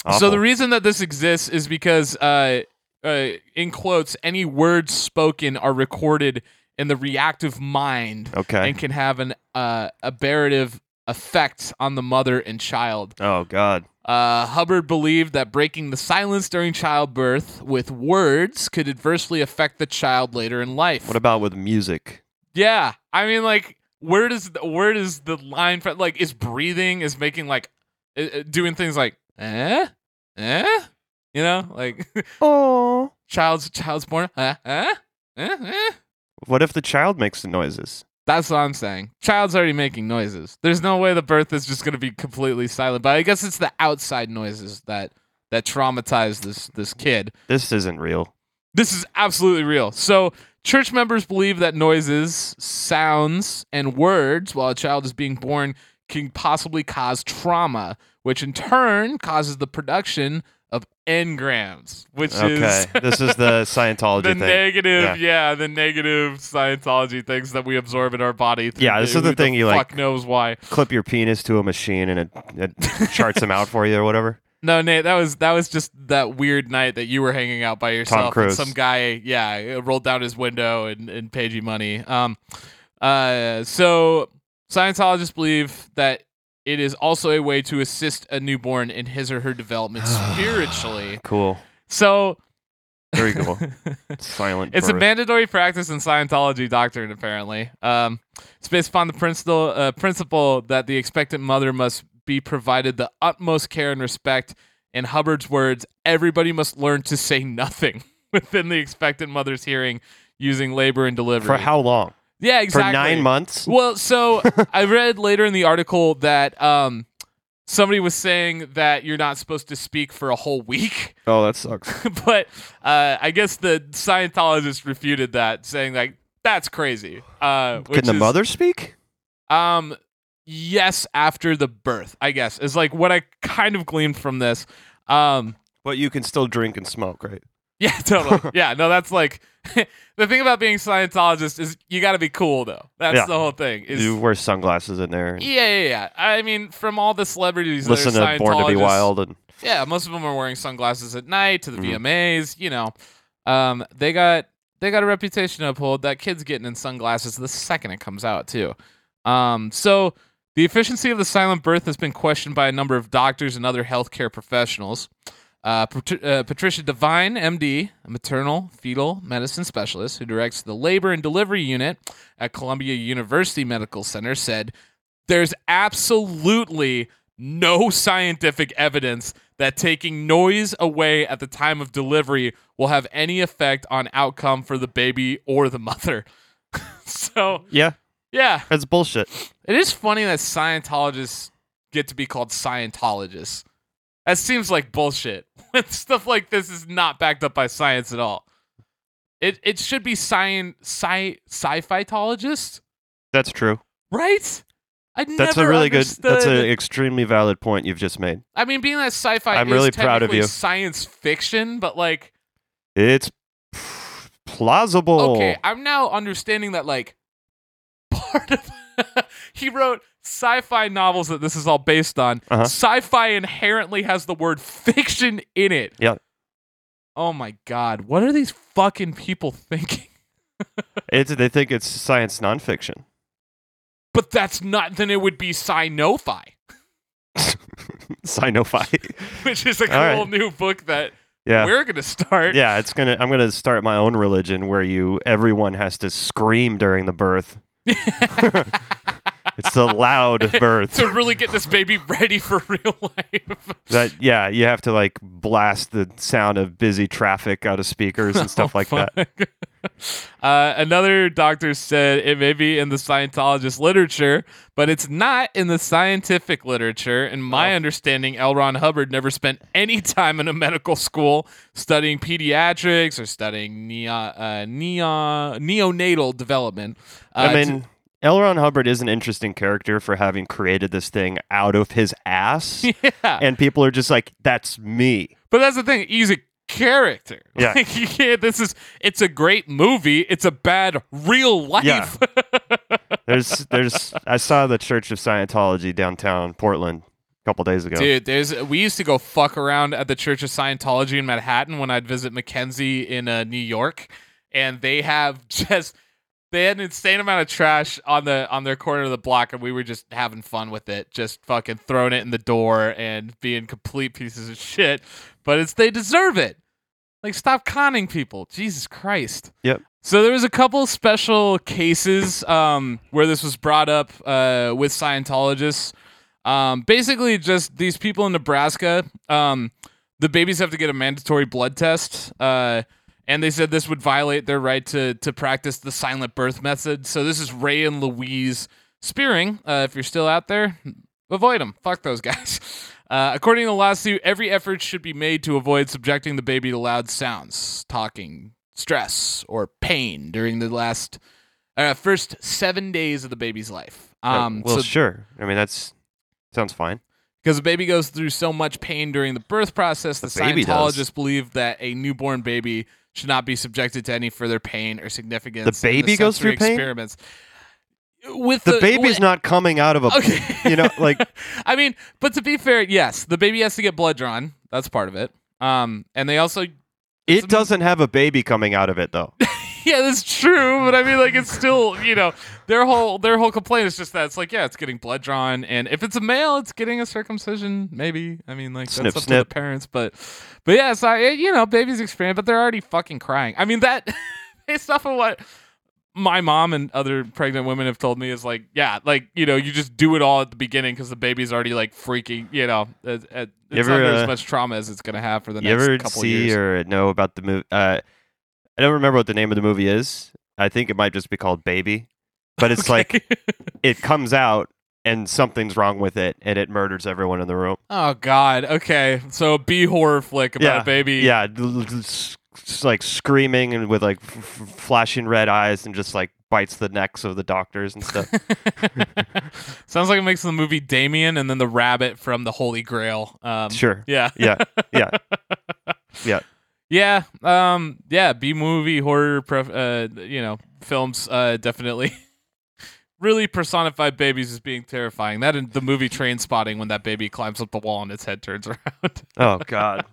[SPEAKER 1] So
[SPEAKER 2] Awful.
[SPEAKER 1] the reason that this exists is because, uh, uh, in quotes, any words spoken are recorded in the reactive mind
[SPEAKER 2] okay.
[SPEAKER 1] and can have an uh, aberrative effect on the mother and child.
[SPEAKER 2] Oh God.
[SPEAKER 1] Uh, Hubbard believed that breaking the silence during childbirth with words could adversely affect the child later in life.
[SPEAKER 2] What about with music?
[SPEAKER 1] yeah, I mean, like, where does the, where does the line from? Like, is breathing is making like uh, uh, doing things like eh eh. You know, like
[SPEAKER 2] Oh.
[SPEAKER 1] child's child's "Eh? born. Huh? Huh? Huh? Huh?
[SPEAKER 2] What if the child makes the noises?
[SPEAKER 1] Eh? That's what I'm saying. Child's already making noises. There's no way the birth is just gonna be completely silent. But I guess it's the outside noises that that traumatize this this kid.
[SPEAKER 2] This isn't real.
[SPEAKER 1] This is absolutely real. So church members believe that noises, sounds, and words while a child is being born can possibly cause trauma, which in turn causes the production of engrams, which
[SPEAKER 2] Okay.
[SPEAKER 1] is
[SPEAKER 2] this is the Scientology
[SPEAKER 1] the
[SPEAKER 2] thing.
[SPEAKER 1] negative, yeah. the negative Scientology things that we absorb in our body. through
[SPEAKER 2] Yeah, this
[SPEAKER 1] the-
[SPEAKER 2] is the
[SPEAKER 1] who
[SPEAKER 2] thing you,
[SPEAKER 1] fuck
[SPEAKER 2] like-
[SPEAKER 1] knows why.
[SPEAKER 2] Clip your penis to a machine and it, it charts them out for you or whatever.
[SPEAKER 1] No, Nate, that was that was just that weird night that you were hanging out by yourself. and
[SPEAKER 2] Cruise.
[SPEAKER 1] some guy, yeah, rolled down his window and and paid you money. Um, uh, so Scientologists believe that it is also a way to assist a newborn in his or her development spiritually.
[SPEAKER 2] Cool.
[SPEAKER 1] So.
[SPEAKER 2] Very cool. Silent.
[SPEAKER 1] It's a
[SPEAKER 2] birth.
[SPEAKER 1] mandatory practice in Scientology doctrine, apparently. Um, it's based upon the principle, uh, principle that the expectant mother must be provided the utmost care and respect. In Hubbard's words, everybody must learn to say nothing within the expectant mother's hearing using labor and delivery.
[SPEAKER 2] For how long?
[SPEAKER 1] Yeah, exactly.
[SPEAKER 2] For nine months?
[SPEAKER 1] Well, so I read later in the article that um, somebody was saying that you're not supposed to speak for a whole week.
[SPEAKER 2] Oh, that sucks.
[SPEAKER 1] but uh, I guess the Scientologist refuted that, saying like that's crazy. Uh, which
[SPEAKER 2] Can the
[SPEAKER 1] is-
[SPEAKER 2] mother speak?
[SPEAKER 1] Um, yes, after the birth, I guess is like what I kind of gleaned from this. Um,
[SPEAKER 2] But you can still drink and smoke, right?
[SPEAKER 1] yeah, totally. yeah, no, that's like the thing about being Scientologist is you got to be cool though. That's
[SPEAKER 2] Yeah.
[SPEAKER 1] the whole thing. Is
[SPEAKER 2] you wear sunglasses in there. and
[SPEAKER 1] yeah, yeah, yeah. I mean, from all the celebrities, that are
[SPEAKER 2] Listen to Born to Be
[SPEAKER 1] Scientologists-
[SPEAKER 2] Wild and
[SPEAKER 1] Yeah, most of them are wearing sunglasses at night to the
[SPEAKER 2] Mhm.
[SPEAKER 1] VMAs. You know, um, they got they got a reputation to uphold. That kid's getting in sunglasses the second it comes out too. Um, so the efficiency of the silent birth has been questioned by a number of doctors and other healthcare professionals. Uh, Pat- uh, Patricia Devine, MD, a maternal fetal medicine specialist who directs the labor and delivery unit at Columbia University Medical Center, said, There's absolutely no scientific evidence that taking noise away at the time of delivery will have any effect on outcome for the baby or the mother. so,
[SPEAKER 2] Yeah,
[SPEAKER 1] yeah,
[SPEAKER 2] that's bullshit.
[SPEAKER 1] it is funny that Scientologists get to be called Scientologists. That seems like bullshit. Stuff like this is not backed up by science at all. It it should be sci sci sci-fitologist,
[SPEAKER 2] That's true.
[SPEAKER 1] right? I
[SPEAKER 2] That's
[SPEAKER 1] never
[SPEAKER 2] a really good that's
[SPEAKER 1] understood-
[SPEAKER 2] an extremely valid point you've just made.
[SPEAKER 1] I mean, being that sci-fi
[SPEAKER 2] I'm
[SPEAKER 1] is
[SPEAKER 2] really proud of
[SPEAKER 1] technically
[SPEAKER 2] you.
[SPEAKER 1] science fiction, but like,
[SPEAKER 2] It's plausible. Oh.
[SPEAKER 1] okay, I'm now understanding that like part of he wrote sci-fi novels that this is all based on,
[SPEAKER 2] Uh-huh.
[SPEAKER 1] sci-fi inherently has the word fiction in it.
[SPEAKER 2] Yeah.
[SPEAKER 1] Oh my god, what are these fucking people thinking?
[SPEAKER 2] It's they think it's science nonfiction.
[SPEAKER 1] But that's not then it would be sci-no-fi,
[SPEAKER 2] Sinophi.
[SPEAKER 1] which is a cool
[SPEAKER 2] All right.
[SPEAKER 1] new book that
[SPEAKER 2] yeah.
[SPEAKER 1] we're going to start.
[SPEAKER 2] Yeah, it's gonna I'm gonna start my own religion where you everyone has to scream during the birth. It's the loud birth.
[SPEAKER 1] to really get this baby ready for real life.
[SPEAKER 2] That yeah, you have to like blast the sound of busy traffic out of speakers and stuff
[SPEAKER 1] Oh,
[SPEAKER 2] like that.
[SPEAKER 1] that. uh, another doctor said it may be in the Scientologist literature, but it's not in the scientific literature. In my
[SPEAKER 2] Oh.
[SPEAKER 1] understanding, L. Ron Hubbard never spent any time in a medical school studying pediatrics or studying neo, uh, neo, neonatal development. Uh,
[SPEAKER 2] I
[SPEAKER 1] to-
[SPEAKER 2] mean, L. Ron Hubbard is an interesting character for having created this thing out of his ass,
[SPEAKER 1] yeah.
[SPEAKER 2] and people are just like, "That's me."
[SPEAKER 1] But that's the thing. He's a character.
[SPEAKER 2] Yeah.
[SPEAKER 1] Like, you can't- this is. It's a great movie. It's a bad real life.
[SPEAKER 2] Yeah. There's, there's. I saw the Church of Scientology downtown Portland a couple days ago.
[SPEAKER 1] Dude, there's we used to go fuck around at the Church of Scientology in Manhattan when I'd visit Mackenzie in uh, New York, and they have just they had an insane amount of trash on the on their corner of the block, and we were just having fun with it, just fucking throwing it in the door and being complete pieces of shit. But it's they deserve it. Like, stop conning people. Jesus Christ.
[SPEAKER 2] Yep.
[SPEAKER 1] So there was a couple special cases um, where this was brought up uh, with Scientologists. Um, basically, just these people in Nebraska, um, the babies have to get a mandatory blood test, uh, and they said this would violate their right to to practice the silent birth method. So this is Ray and Louise Spearing. Uh, if you're still out there, avoid them. Fuck those guys. Uh, according to the lawsuit, every effort should be made to avoid subjecting the baby to loud sounds, talking, stress, or pain during the last uh, first seven days of the baby's life. Um,
[SPEAKER 2] Uh, well,
[SPEAKER 1] so
[SPEAKER 2] sure. I mean, that's sounds fine.
[SPEAKER 1] because the baby goes through so much pain during the birth process, the,
[SPEAKER 2] The baby does.
[SPEAKER 1] Scientologists believe that a newborn baby should not be subjected to any further pain or significance.
[SPEAKER 2] The
[SPEAKER 1] in
[SPEAKER 2] baby goes
[SPEAKER 1] sensory
[SPEAKER 2] through pain?
[SPEAKER 1] experiments. With
[SPEAKER 2] The,
[SPEAKER 1] the,
[SPEAKER 2] baby's not coming out of a.
[SPEAKER 1] Okay.
[SPEAKER 2] You know, like
[SPEAKER 1] I mean, but to be fair, yes, the baby has to get blood drawn. That's part of it. Um, and they also,
[SPEAKER 2] it doesn't have a baby coming out of it though.
[SPEAKER 1] yeah, that's true. But I mean, like, it's still, you know, their whole their whole complaint is just that it's like, yeah, it's getting blood drawn, and if it's a male, it's getting a circumcision. Maybe I mean, like,
[SPEAKER 2] Snip,
[SPEAKER 1] that's up to
[SPEAKER 2] snip.
[SPEAKER 1] the parents. But, but yeah, so I, you know, babies expand, but they're already fucking crying. I mean, that based off of what my mom and other pregnant women have told me is like, yeah, like you know, you just do it all at the beginning because the baby's already like freaking, you know, it, it,
[SPEAKER 2] You
[SPEAKER 1] it's
[SPEAKER 2] ever,
[SPEAKER 1] under as
[SPEAKER 2] uh,
[SPEAKER 1] much trauma as it's gonna have for the
[SPEAKER 2] you
[SPEAKER 1] next
[SPEAKER 2] ever
[SPEAKER 1] couple
[SPEAKER 2] see
[SPEAKER 1] years.
[SPEAKER 2] or know about the movie? Uh, I don't remember what the name of the movie is. I think it might just be called Baby, but it's like it comes out and something's wrong with it, and it murders everyone in the room.
[SPEAKER 1] oh god, okay, so a B horror flick about
[SPEAKER 2] Yeah,
[SPEAKER 1] a baby,
[SPEAKER 2] Yeah, l- l- s- s- like screaming and with like f- f- flashing red eyes, and just like bites the necks of the doctors and stuff.
[SPEAKER 1] Sounds like it makes the movie Damien and then the rabbit from the Holy Grail. Um,
[SPEAKER 2] sure.
[SPEAKER 1] Yeah.
[SPEAKER 2] Yeah. Yeah.
[SPEAKER 1] Yeah. Um, yeah. B movie horror, pref- uh, you know, films uh, definitely really personify babies as being terrifying. That and the movie Train Spotting when that baby climbs up the wall and its head turns around.
[SPEAKER 2] Oh God.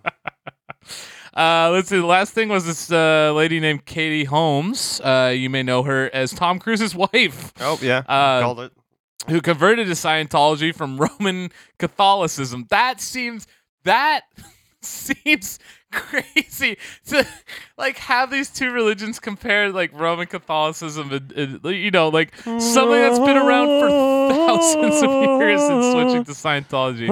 [SPEAKER 1] Uh, let's see. The last thing was this uh, lady named Katie Holmes. Uh, you may know her as Tom Cruise's wife.
[SPEAKER 2] Oh yeah.
[SPEAKER 1] Uh,
[SPEAKER 2] Called it.
[SPEAKER 1] who converted to Scientology from Roman Catholicism. That seems that seems crazy to like have these two religions compared like Roman Catholicism and, and, you know like something that's been around for thousands of years and switching to Scientology.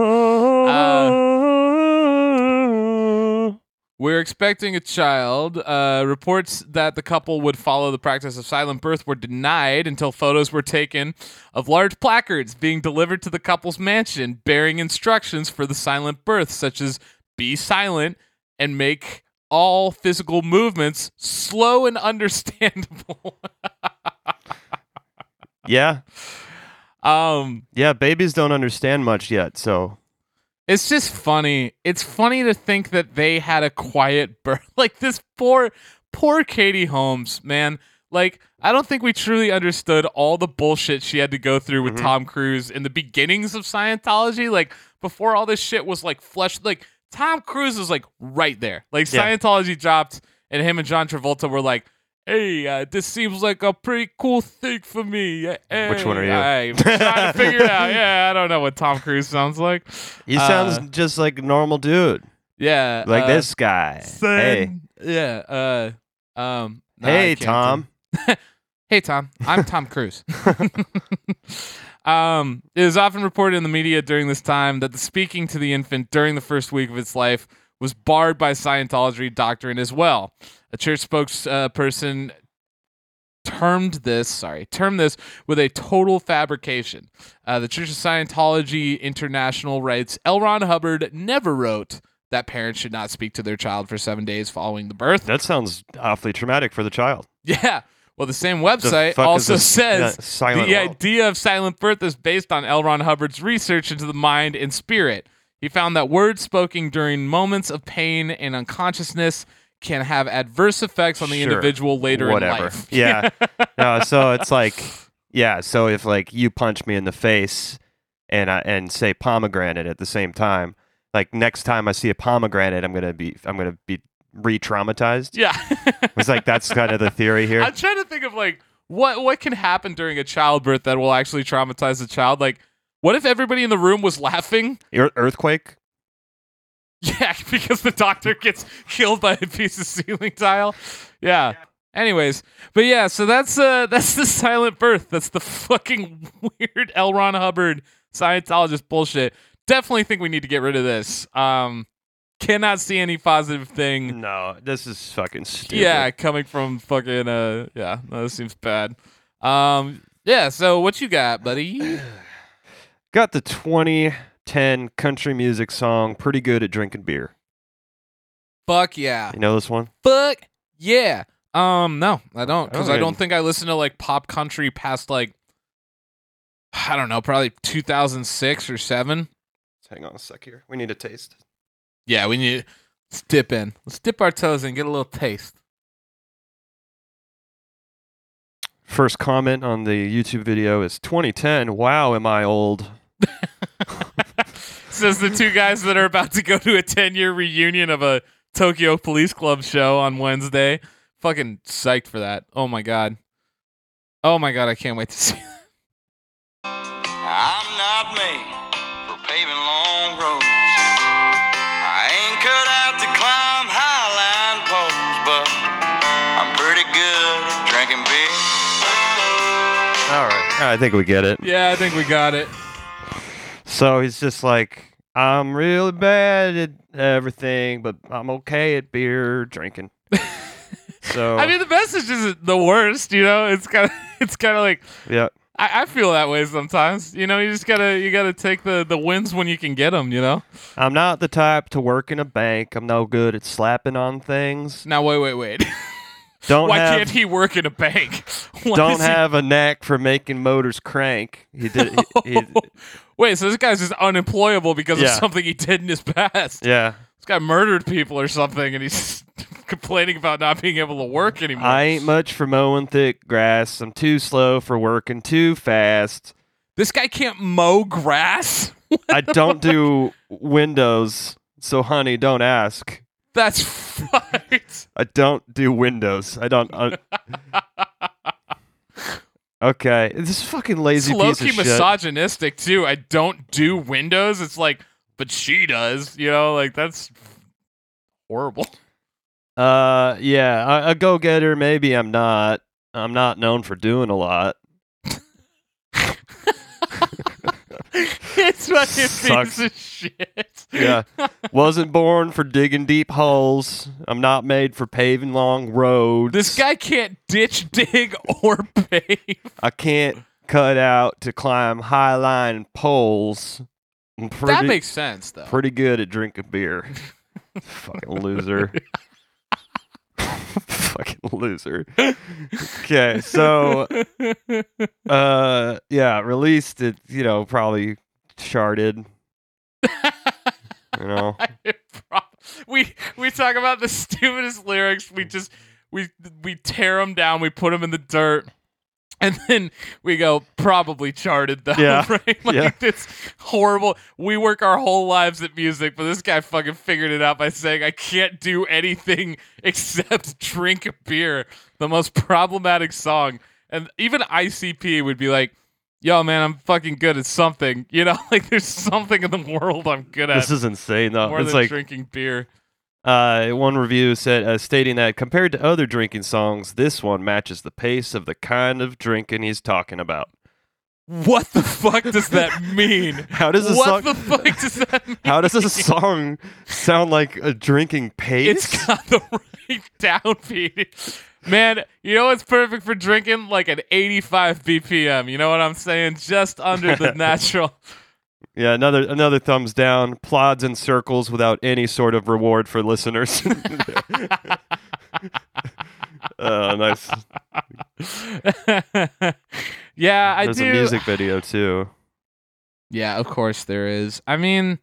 [SPEAKER 1] We're expecting a child. Uh, reports that the couple would follow the practice of silent birth were denied until photos were taken of large placards being delivered to the couple's mansion bearing instructions for the silent birth, such as be silent and make all physical movements slow and understandable.
[SPEAKER 2] yeah.
[SPEAKER 1] um,
[SPEAKER 2] Yeah. Babies don't understand much yet, so
[SPEAKER 1] It's just funny. It's funny to think that they had a quiet birth. Like this poor, poor Katie Holmes, man. Like, I don't think we truly understood all the bullshit she had to go through with
[SPEAKER 2] Mhm.
[SPEAKER 1] Tom Cruise in the beginnings of Scientology. Like, before all this shit was like fleshed, like, Tom Cruise is like right there. Like,
[SPEAKER 2] Yeah.
[SPEAKER 1] Scientology dropped, and him and John Travolta were like, hey, uh, this seems like a pretty cool thing for me. Uh,
[SPEAKER 2] Which one are
[SPEAKER 1] hey,
[SPEAKER 2] you?"
[SPEAKER 1] I'm trying to figure it out. Yeah, I don't know what Tom Cruise sounds like.
[SPEAKER 2] He
[SPEAKER 1] Uh,
[SPEAKER 2] sounds just like a normal dude,
[SPEAKER 1] Yeah.
[SPEAKER 2] like
[SPEAKER 1] uh,
[SPEAKER 2] this guy. Hey,
[SPEAKER 1] son. Yeah. Uh, um. nah, I
[SPEAKER 2] hey,
[SPEAKER 1] can't do-
[SPEAKER 2] Tom.
[SPEAKER 1] Hey, Tom. I'm Tom Cruise. um, it is often reported in the media during this time that the speaking to the infant during the first week of its life was barred by Scientology doctrine as well. A church spokesperson termed this, sorry, termed this with a total fabrication. Uh, the Church of Scientology International writes L. Ron Hubbard never wrote that parents should not speak to their child for seven days following the birth.
[SPEAKER 2] That sounds awfully traumatic for the child.
[SPEAKER 1] Yeah. Well, the same
[SPEAKER 2] The
[SPEAKER 1] website
[SPEAKER 2] fuck is
[SPEAKER 1] also
[SPEAKER 2] this-
[SPEAKER 1] says
[SPEAKER 2] yeah, silent.
[SPEAKER 1] the
[SPEAKER 2] world?
[SPEAKER 1] idea of silent birth is based on L. Ron Hubbard's research into the mind and spirit. He found that words spoken during moments of pain and unconsciousness can have adverse effects on the
[SPEAKER 2] Sure.
[SPEAKER 1] individual later
[SPEAKER 2] Whatever.
[SPEAKER 1] in life.
[SPEAKER 2] Yeah. no, so it's like, yeah. So if like you punch me in the face, and I and say pomegranate at the same time, like next time I see a pomegranate, I'm gonna be I'm gonna be re-traumatized.
[SPEAKER 1] yeah.
[SPEAKER 2] It's like that's kind of the theory here.
[SPEAKER 1] I'm trying to think of like what what can happen during a childbirth that will actually traumatize the child. Like, what if everybody in the room was laughing?
[SPEAKER 2] Ear- Earthquake.
[SPEAKER 1] Yeah, because the doctor gets killed by a piece of ceiling tile. Yeah. Anyways, but yeah, so that's uh that's the silent birth. That's the fucking weird L. Ron Hubbard Scientologist bullshit. Definitely think we need to get rid of this. Um cannot see any positive thing.
[SPEAKER 2] No, this is fucking Mm, stupid.
[SPEAKER 1] Yeah, coming from fucking uh yeah, no, this seems bad. Um yeah, so what you got, buddy?
[SPEAKER 2] Got the 2010 country music song Pretty Good at Drinking Beer.
[SPEAKER 1] Fuck yeah.
[SPEAKER 2] You know this one?
[SPEAKER 1] Fuck yeah. Um, no, I don't, because I
[SPEAKER 2] Alright.
[SPEAKER 1] don't think I listen to like pop country past like I don't know, probably 2006 or seven.
[SPEAKER 3] Hang on a sec here. We need a taste.
[SPEAKER 1] Yeah, we need let's dip in. Let's dip our toes in, get a little taste.
[SPEAKER 2] First comment on the YouTube video is 2010. Wow, am I old?
[SPEAKER 1] Says the two guys that are about to go to a 10 year reunion of a Tokyo Police Club show on Wednesday. Fucking psyched for that. Oh my god. Oh my god, I can't wait to see
[SPEAKER 4] I'm not made for paving long roads. I ain't cut out to climb highline poles, but I'm pretty good at drinking beer.
[SPEAKER 2] All right. I think we get it.
[SPEAKER 1] Yeah, I think we got it.
[SPEAKER 2] So he's just like, I'm really bad at everything, but I'm okay at beer drinking. so,
[SPEAKER 1] I mean, the message isn't the worst, you know. It's kind of, it's kind of like
[SPEAKER 2] yeah.
[SPEAKER 1] I, I feel that way sometimes. You know, you just gotta, you gotta take the the wins when you can get them. You know.
[SPEAKER 2] I'm not the type to work in a bank. I'm no good at slapping on things.
[SPEAKER 1] Now, wait, wait, wait.
[SPEAKER 2] Don't
[SPEAKER 1] Why
[SPEAKER 2] have
[SPEAKER 1] can't he work in a bank? Why
[SPEAKER 2] don't
[SPEAKER 1] is he-
[SPEAKER 2] have a knack for making motors crank. He did. He,
[SPEAKER 1] Oh,
[SPEAKER 2] he,
[SPEAKER 1] Wait, so this guy's just unemployable because of
[SPEAKER 2] Yeah.
[SPEAKER 1] something he did in his past.
[SPEAKER 2] yeah,
[SPEAKER 1] This guy murdered people or something, and he's complaining about not being able to work anymore.
[SPEAKER 2] I ain't much for mowing thick grass. I'm too slow for working too fast.
[SPEAKER 1] this guy can't mow grass.
[SPEAKER 2] I don't do windows, so honey, don't ask.
[SPEAKER 1] That's right.
[SPEAKER 2] I don't do windows. I don't. uh I- okay, this is fucking lazy
[SPEAKER 1] it's
[SPEAKER 2] piece
[SPEAKER 1] low-key
[SPEAKER 2] of shit.
[SPEAKER 1] misogynistic too. I don't do windows. It's like, but she does. You know, like that's horrible.
[SPEAKER 2] Uh, yeah, I- a, go getter. Maybe I'm not. I'm not known for doing a lot.
[SPEAKER 1] it's fucking
[SPEAKER 2] Sucks.
[SPEAKER 1] piece of shit.
[SPEAKER 2] Yeah. Wasn't born for digging deep holes. I'm not made for paving long roads.
[SPEAKER 1] This guy can't ditch, dig, or pave.
[SPEAKER 2] I can't cut out to climb high line poles. I'm pretty,
[SPEAKER 1] that makes sense, though.
[SPEAKER 2] pretty good at drinking beer. Fucking loser. Fucking loser. Okay, so uh yeah, released it, you know, probably charted. You know.
[SPEAKER 1] we we talk about the stupidest lyrics. We just we we tear them down, we put them in the dirt, and then we go probably charted though.
[SPEAKER 2] Yeah.
[SPEAKER 1] right? Like
[SPEAKER 2] Yeah.
[SPEAKER 1] it's horrible. We work our whole lives at music, but this guy fucking figured it out by saying I can't do anything except drink a beer. The most problematic song, and even ICP would be like. Yo, man, I'm fucking good at something. You know, like there's something in the world I'm good at
[SPEAKER 2] This is insane. Though.
[SPEAKER 1] more
[SPEAKER 2] Oh, It's
[SPEAKER 1] than
[SPEAKER 2] like
[SPEAKER 1] drinking beer.
[SPEAKER 2] Uh, one review said, uh, stating that compared to other drinking songs, this one matches the pace of the kind of drinking he's talking about.
[SPEAKER 1] What the fuck does that mean?
[SPEAKER 2] How does a
[SPEAKER 1] what
[SPEAKER 2] song?
[SPEAKER 1] the fuck does that mean?
[SPEAKER 2] how does a song sound like a drinking pace?
[SPEAKER 1] It's got the right downbeat. Man, you know what's perfect for drinking? Like an 85 BPM. You know what I'm saying? Just under the natural.
[SPEAKER 2] yeah, another another thumbs down. Plods in circles without any sort of reward for listeners. uh, nice.
[SPEAKER 1] yeah, I
[SPEAKER 2] There's
[SPEAKER 1] do.
[SPEAKER 2] a music video too,
[SPEAKER 1] Yeah, of course there is. I mean,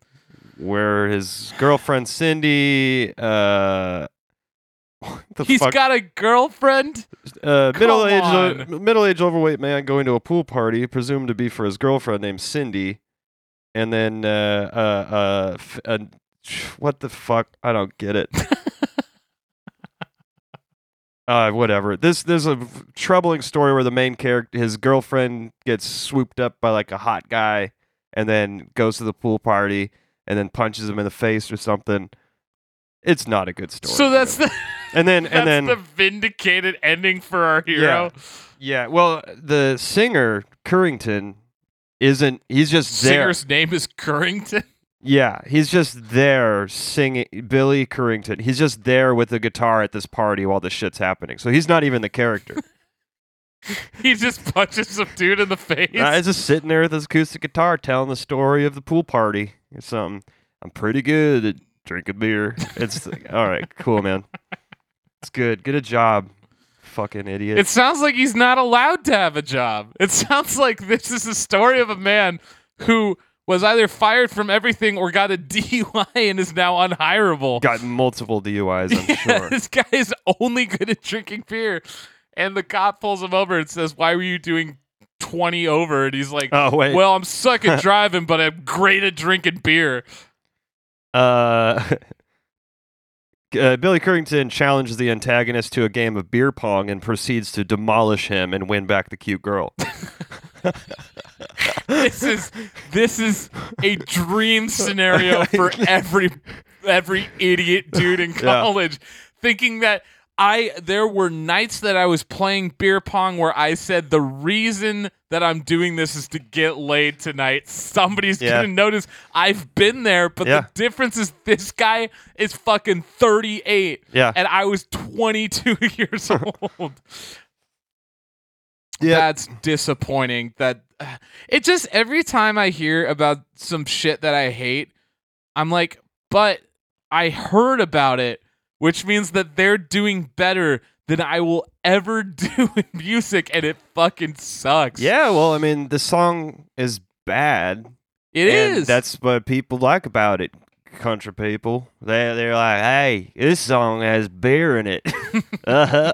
[SPEAKER 2] where his girlfriend Cindy. Uh, what the
[SPEAKER 1] he's
[SPEAKER 2] fuck?
[SPEAKER 1] got a girlfriend.
[SPEAKER 2] uh,
[SPEAKER 1] Come
[SPEAKER 2] middle aged
[SPEAKER 1] on.
[SPEAKER 2] middle aged overweight man going to a pool party, presumed to be for his girlfriend named Cindy, and then uh, uh, uh, f- uh, what the fuck? I don't get it. uh, whatever. This there's a v- troubling story where the main character, his girlfriend, gets swooped up by like a hot guy, and then goes to the pool party, and then punches him in the face or something. It's not a good story.
[SPEAKER 1] So that's
[SPEAKER 2] man.
[SPEAKER 1] the
[SPEAKER 2] and then
[SPEAKER 1] that's
[SPEAKER 2] and then
[SPEAKER 1] the vindicated ending for our hero.
[SPEAKER 2] yeah, well, the singer Currington isn't. He's just there.
[SPEAKER 1] Singer's name is Currington.
[SPEAKER 2] Yeah, he's just there singing. Billy Currington. He's just there with the guitar at this party while this shit's happening. So he's not even the character.
[SPEAKER 1] He just punches some dude in the face.
[SPEAKER 2] Nah, he's just sitting there with his acoustic guitar, telling the story of the pool party or something. I'm pretty good at drinking beer. It's all right. Cool, man. It's good. Get a job, fucking idiot.
[SPEAKER 1] It sounds like he's not allowed to have a job. It sounds like this is the story of a man who was either fired from everything or got a DUI and is now unhirable.
[SPEAKER 2] got multiple DUIs. I'm
[SPEAKER 1] Yeah,
[SPEAKER 2] sure.
[SPEAKER 1] This guy is only good at drinking beer. And the cop pulls him over and says, Why were you doing 20 over? And he's like,
[SPEAKER 2] Oh wait.
[SPEAKER 1] Well, I'm suck at driving, but I'm great at drinking beer.
[SPEAKER 2] Uh, uh, Billy Currington challenges the antagonist to a game of beer pong and proceeds to demolish him and win back the cute girl.
[SPEAKER 1] this is this is a dream scenario for every every idiot dude in college thinking that I there were nights that I was playing beer pong where I said the reason that I'm doing this is to get laid tonight. Somebody's
[SPEAKER 2] Yeah.
[SPEAKER 1] gonna notice I've been there, but
[SPEAKER 2] Yeah.
[SPEAKER 1] the difference is this guy is fucking 38
[SPEAKER 2] Yeah,
[SPEAKER 1] and I was 22 years old.
[SPEAKER 2] yeah.
[SPEAKER 1] That's disappointing. That it just every time I hear about some shit that I hate, I'm like, but I heard about it, which means that they're doing better than I will ever do in music, and it fucking sucks.
[SPEAKER 2] yeah. Well, I mean, the song is bad.
[SPEAKER 1] it is.
[SPEAKER 2] and That's what people like about it. Country people, they they're like, hey, this song has beer in it. uh-huh.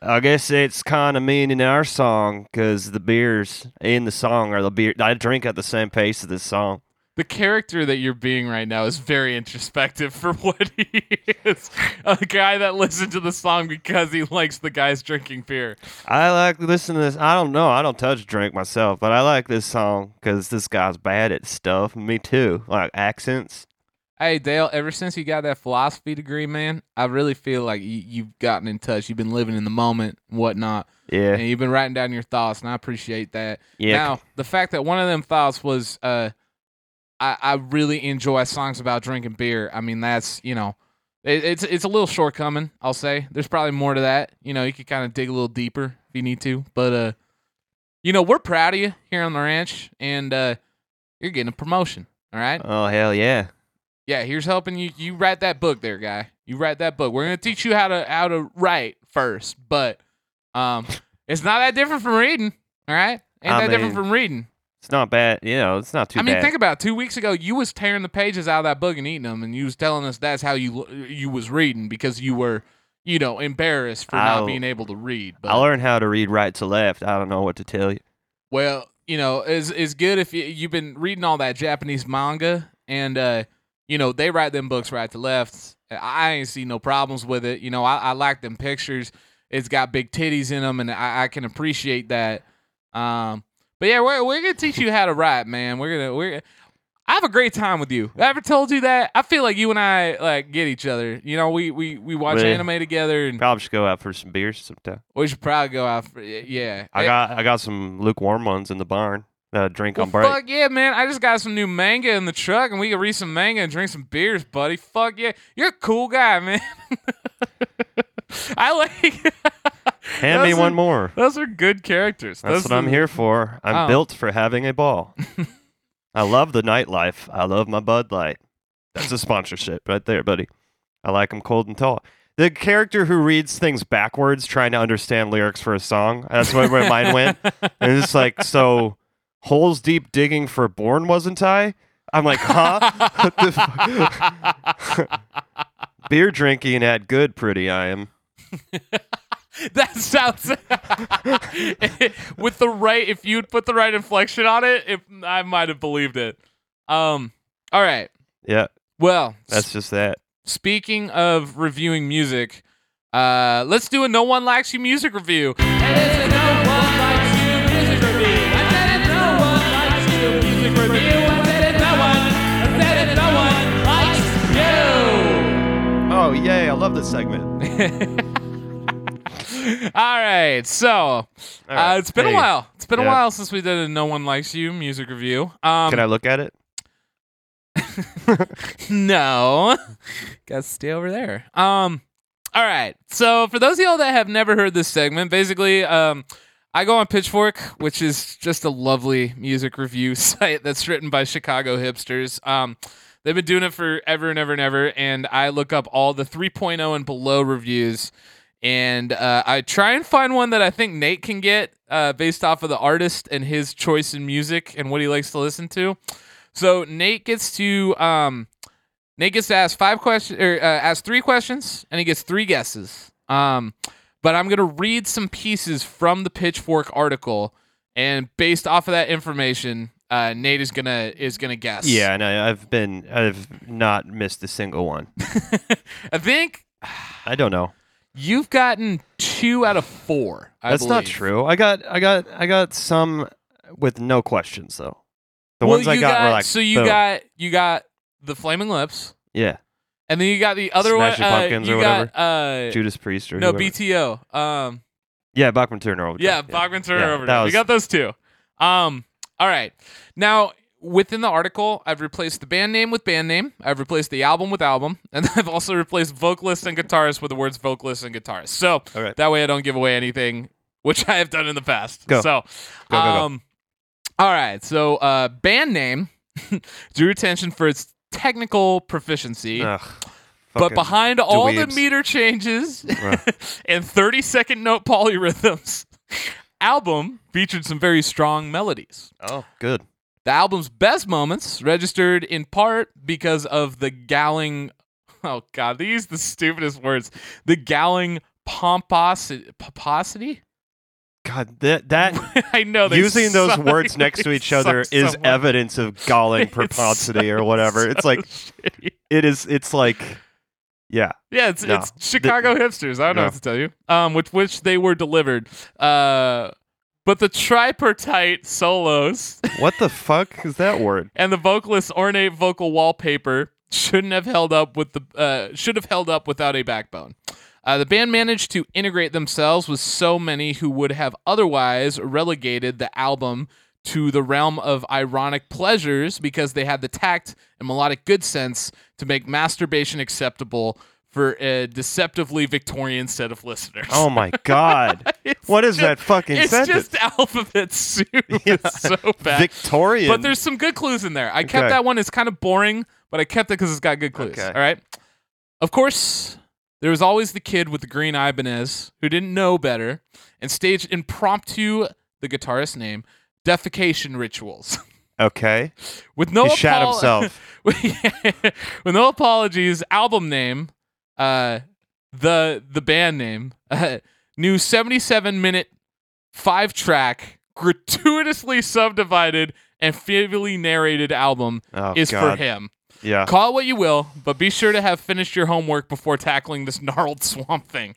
[SPEAKER 2] I guess it's kind of meaning our song because the beers in the song are the beer. I drink at the same pace as this song.
[SPEAKER 1] the character that you're being right now is very introspective for what he is. A guy that listened to the song because he likes the guys drinking beer.
[SPEAKER 2] I like listening to this. I don't know. I don't touch drink myself, but I like this song because this guy's bad at stuff. Me too. Like accents.
[SPEAKER 1] Hey Dale, ever since you got that philosophy degree, man, I really feel like you, you've gotten in touch. You've been living in the moment and whatnot,
[SPEAKER 2] Yeah.
[SPEAKER 1] and you've been writing down your thoughts, and I appreciate that.
[SPEAKER 2] Yeah.
[SPEAKER 1] Now, the fact that one of them thoughts was, uh, I, I really enjoy songs about drinking beer. I mean, that's you know, it, it's it's a little shortcoming. I'll say there's probably more to that. You know, you could kind of dig a little deeper if you need to, but uh, you know, we're proud of you here on the ranch, and uh, you're getting a promotion. All right.
[SPEAKER 2] oh hell yeah.
[SPEAKER 1] Yeah, here's helping you. You write that book, there, guy. You write that book. We're gonna teach you how to how to write first, but um, it's not that different from reading. All right, ain't
[SPEAKER 2] I
[SPEAKER 1] that different
[SPEAKER 2] mean,
[SPEAKER 1] from reading.
[SPEAKER 2] It's not bad. You know, it's not too
[SPEAKER 1] I mean,
[SPEAKER 2] bad.
[SPEAKER 1] think about it. two weeks ago. You was tearing the pages out of that book and eating them, and you was telling us that's how you you was reading because you were you know, embarrassed for
[SPEAKER 2] I'll-
[SPEAKER 1] not being able to read. But
[SPEAKER 2] I learned how to read right to left. I don't know what to tell you.
[SPEAKER 1] well, you know, is is good if you, you've been reading all that Japanese manga and uh, you know, they write them books right to left. I I ain't see no problems with it. You know, I, I like them pictures. It's got big titties in them, and I, I can appreciate that. Um, but yeah, we're we're gonna teach you how to write, man. We're gonna we're. I have a great time with you. I ever told you that? I feel like you and I like get each other. You know, we we we watch
[SPEAKER 2] Really?
[SPEAKER 1] anime together, and
[SPEAKER 2] Probably should go out for some beers sometime.
[SPEAKER 1] we should probably go out. For, yeah,
[SPEAKER 2] I got I got some lukewarm ones in the barn that I drink
[SPEAKER 1] Well,
[SPEAKER 2] on break.
[SPEAKER 1] fuck yeah, man! I just got some new manga in the truck, and we can read some manga and drink some beers, buddy. Fuck yeah, you're a cool guy, man. I like.
[SPEAKER 2] Hand me
[SPEAKER 1] those are-
[SPEAKER 2] one more.
[SPEAKER 1] Those are good characters.
[SPEAKER 2] That's
[SPEAKER 1] Those
[SPEAKER 2] what I'm
[SPEAKER 1] are-
[SPEAKER 2] here for. I'm
[SPEAKER 1] Oh.
[SPEAKER 2] built for having a ball. I love the nightlife. I love my Bud Light. That's a sponsorship right there, buddy. I like 'em cold and tall. The character who reads things backwards, trying to understand lyrics for a song. That's where, where mine went. And it's like, so holes deep digging for born wasn't I? I'm like, huh? What the fuck? Beer drinking at good, pretty I am.
[SPEAKER 1] That sounds with the right. If you'd put the right inflection on it, if I might have believed it. Um. All right.
[SPEAKER 2] Yeah,
[SPEAKER 1] Well,
[SPEAKER 2] that's just that.
[SPEAKER 1] Speaking of reviewing music, uh, let's do a No One Likes You music review.
[SPEAKER 2] Oh, yay. I love this segment.
[SPEAKER 1] All right, so
[SPEAKER 2] All right,
[SPEAKER 1] uh, it's been
[SPEAKER 2] hey,
[SPEAKER 1] a while. It's been a
[SPEAKER 2] Yeah.
[SPEAKER 1] while since we did a No One Likes You music review. Um,
[SPEAKER 2] Can I look at it?
[SPEAKER 1] no. Gotta stay over there. Um all right. So for those of y'all that have never heard this segment, basically, um, I go on Pitchfork, which is just a lovely music review site that's written by Chicago hipsters. Um, they've been doing it forever and ever and ever, and I look up all the 3.0 and below reviews, and uh, I try and find one that I think Nate can get uh, based off of the artist and his choice in music and what he likes to listen to. So Nate gets to um, Nate gets to ask five questions or uh, ask three questions, and he gets three guesses. Um, but I'm gonna read some pieces from the Pitchfork article, and based off of that information, uh, Nate is gonna is gonna guess.
[SPEAKER 2] Yeah, and I, I've been I've not missed a single one.
[SPEAKER 1] I think
[SPEAKER 2] I don't know.
[SPEAKER 1] you've gotten two out of four. I
[SPEAKER 2] That's not
[SPEAKER 1] believe.
[SPEAKER 2] true. I got I got I got some with no questions though. The
[SPEAKER 1] Well,
[SPEAKER 2] ones I
[SPEAKER 1] you
[SPEAKER 2] got, were like
[SPEAKER 1] so you
[SPEAKER 2] boom.
[SPEAKER 1] got you got the flaming lips,
[SPEAKER 2] yeah
[SPEAKER 1] and then you got the other
[SPEAKER 2] Smashing
[SPEAKER 1] one. uh,
[SPEAKER 2] Pumpkins or
[SPEAKER 1] you got, uh,
[SPEAKER 2] Judas Priest or
[SPEAKER 1] no
[SPEAKER 2] whoever.
[SPEAKER 1] BTO. Um,
[SPEAKER 2] yeah Bachman Turner Overdrive,
[SPEAKER 1] Yeah, Bachman Turner
[SPEAKER 2] Yeah,
[SPEAKER 1] overdrive.
[SPEAKER 2] that
[SPEAKER 1] We
[SPEAKER 2] was-
[SPEAKER 1] got those two. Um, all right. Now within the article, I've replaced the band name with band name. I've replaced the album with album, and I've also replaced vocalist and guitarist with the words vocalist and guitarist. So
[SPEAKER 2] All right.
[SPEAKER 1] that way I don't give away anything, which I have done in the past.
[SPEAKER 2] Go.
[SPEAKER 1] So,
[SPEAKER 2] go, go.
[SPEAKER 1] um, all right. So uh, band name drew attention for its technical proficiency.
[SPEAKER 2] Ugh,
[SPEAKER 1] But
[SPEAKER 2] fucking-
[SPEAKER 1] behind all the
[SPEAKER 2] dweebs.
[SPEAKER 1] meter changes
[SPEAKER 2] Ugh.
[SPEAKER 1] and 30 second note polyrhythms, album featured some very strong melodies.
[SPEAKER 2] oh good
[SPEAKER 1] The album's best moments registered in part because of the galling, oh god, they use the stupidest words, the galling pomposity. pomposity?
[SPEAKER 2] God that that
[SPEAKER 1] I know they
[SPEAKER 2] using those
[SPEAKER 1] suck.
[SPEAKER 2] words next to
[SPEAKER 1] They
[SPEAKER 2] each other
[SPEAKER 1] suck so
[SPEAKER 2] is
[SPEAKER 1] much.
[SPEAKER 2] evidence of galling
[SPEAKER 1] It's
[SPEAKER 2] propensity or
[SPEAKER 1] so-
[SPEAKER 2] whatever. It's
[SPEAKER 1] so
[SPEAKER 2] like
[SPEAKER 1] shitty.
[SPEAKER 2] it is. It's like yeah.
[SPEAKER 1] Yeah, it's,
[SPEAKER 2] No.
[SPEAKER 1] it's Chicago hipsters. I don't know
[SPEAKER 2] No.
[SPEAKER 1] what to tell you. Um, with which they were delivered. Uh, but the tripartite solos
[SPEAKER 2] What the fuck is that word?
[SPEAKER 1] and the vocalist's ornate vocal wallpaper shouldn't have held up with the uh, should have held up without a backbone. Uh, the band managed to integrate themselves with so many who would have otherwise relegated the album to the realm of ironic pleasures because they had the tact and melodic good sense to make masturbation acceptable for a deceptively Victorian set of listeners.
[SPEAKER 2] Oh my god.
[SPEAKER 1] It's
[SPEAKER 2] What is
[SPEAKER 1] just-
[SPEAKER 2] that fucking
[SPEAKER 1] It's
[SPEAKER 2] sentence?
[SPEAKER 1] just alphabet soup. It's so bad.
[SPEAKER 2] Victorian.
[SPEAKER 1] But there's some good clues in there. I kept
[SPEAKER 2] Okay.
[SPEAKER 1] that one. It's kind of boring, but I kept it because it's got good clues.
[SPEAKER 2] Okay.
[SPEAKER 1] All right. Of course, there was always the kid with the green Ibanez who didn't know better and staged impromptu, the guitarist's name, defecation rituals.
[SPEAKER 2] okay.
[SPEAKER 1] With no
[SPEAKER 2] he shat
[SPEAKER 1] apol-
[SPEAKER 2] himself.
[SPEAKER 1] with no apologies, album name, uh, the the band name, uh, new 77 minute five track, gratuitously subdivided and fitly narrated album
[SPEAKER 2] Oh,
[SPEAKER 1] is for
[SPEAKER 2] God. Uh.
[SPEAKER 1] him.
[SPEAKER 2] Yeah.
[SPEAKER 1] Call it what you will, but be sure to have finished your homework before tackling this gnarled swamp thing.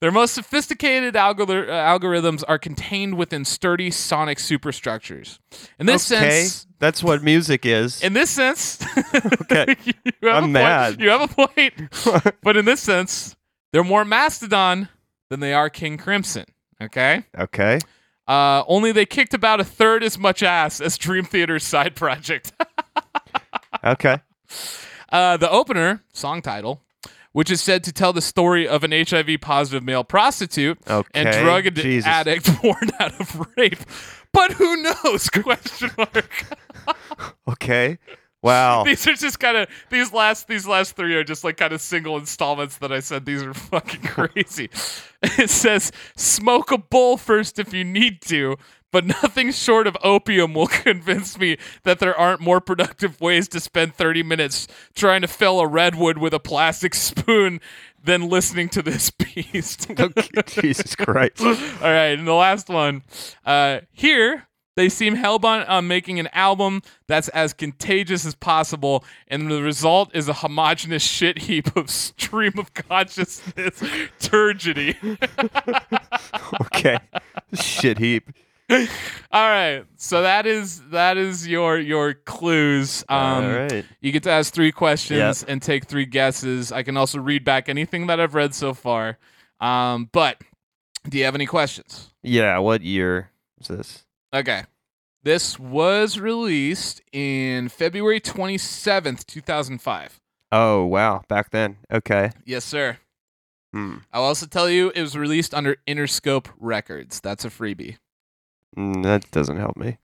[SPEAKER 1] Their most sophisticated algor- uh, algorithms are contained within sturdy sonic superstructures. In this
[SPEAKER 2] okay.
[SPEAKER 1] sense,
[SPEAKER 2] That's what music is.
[SPEAKER 1] in this sense,
[SPEAKER 2] Okay.
[SPEAKER 1] you have a
[SPEAKER 2] I'm
[SPEAKER 1] point.
[SPEAKER 2] mad.
[SPEAKER 1] You have a point, but in this sense, they're more Mastodon than they are King Crimson. Okay,
[SPEAKER 2] okay.
[SPEAKER 1] uh, only they kicked about a third as much ass as Dream Theater's side project.
[SPEAKER 2] Okay.
[SPEAKER 1] Uh, the opener song title, which is said to tell the story of an HIV positive male prostitute
[SPEAKER 2] Okay.
[SPEAKER 1] and drug ad-
[SPEAKER 2] Jesus.
[SPEAKER 1] addict born out of rape. But who knows? Question mark.
[SPEAKER 2] Okay. Wow.
[SPEAKER 1] These are just kind of these last these last three are just like kind of single installments that I said these are fucking crazy. it says smoke a bowl first if you need to, but nothing short of opium will convince me that there aren't more productive ways to spend 30 minutes trying to fill a redwood with a plastic spoon than listening to this beast.
[SPEAKER 2] Okay, Jesus Christ.
[SPEAKER 1] All right, and the last one. Uh, here, they seem hell bent on making an album that's as contagious as possible, and the result is a homogenous shit heap of stream of consciousness turgidity.
[SPEAKER 2] Okay. Shit heap.
[SPEAKER 1] All right, so that is that is your your clues. Um,
[SPEAKER 2] All right.
[SPEAKER 1] You get to ask three questions and take three guesses. I can also read back anything that I've read so far. Um, but do you have any questions?
[SPEAKER 2] Yeah. What year is this?
[SPEAKER 1] Okay. This was released in February 27th, 2005.
[SPEAKER 2] Oh wow. Back then. Okay.
[SPEAKER 1] Yes, sir.
[SPEAKER 2] Hmm.
[SPEAKER 1] I'll also tell you it was released under Interscope Records. That's a freebie.
[SPEAKER 2] Mm, that doesn't help me.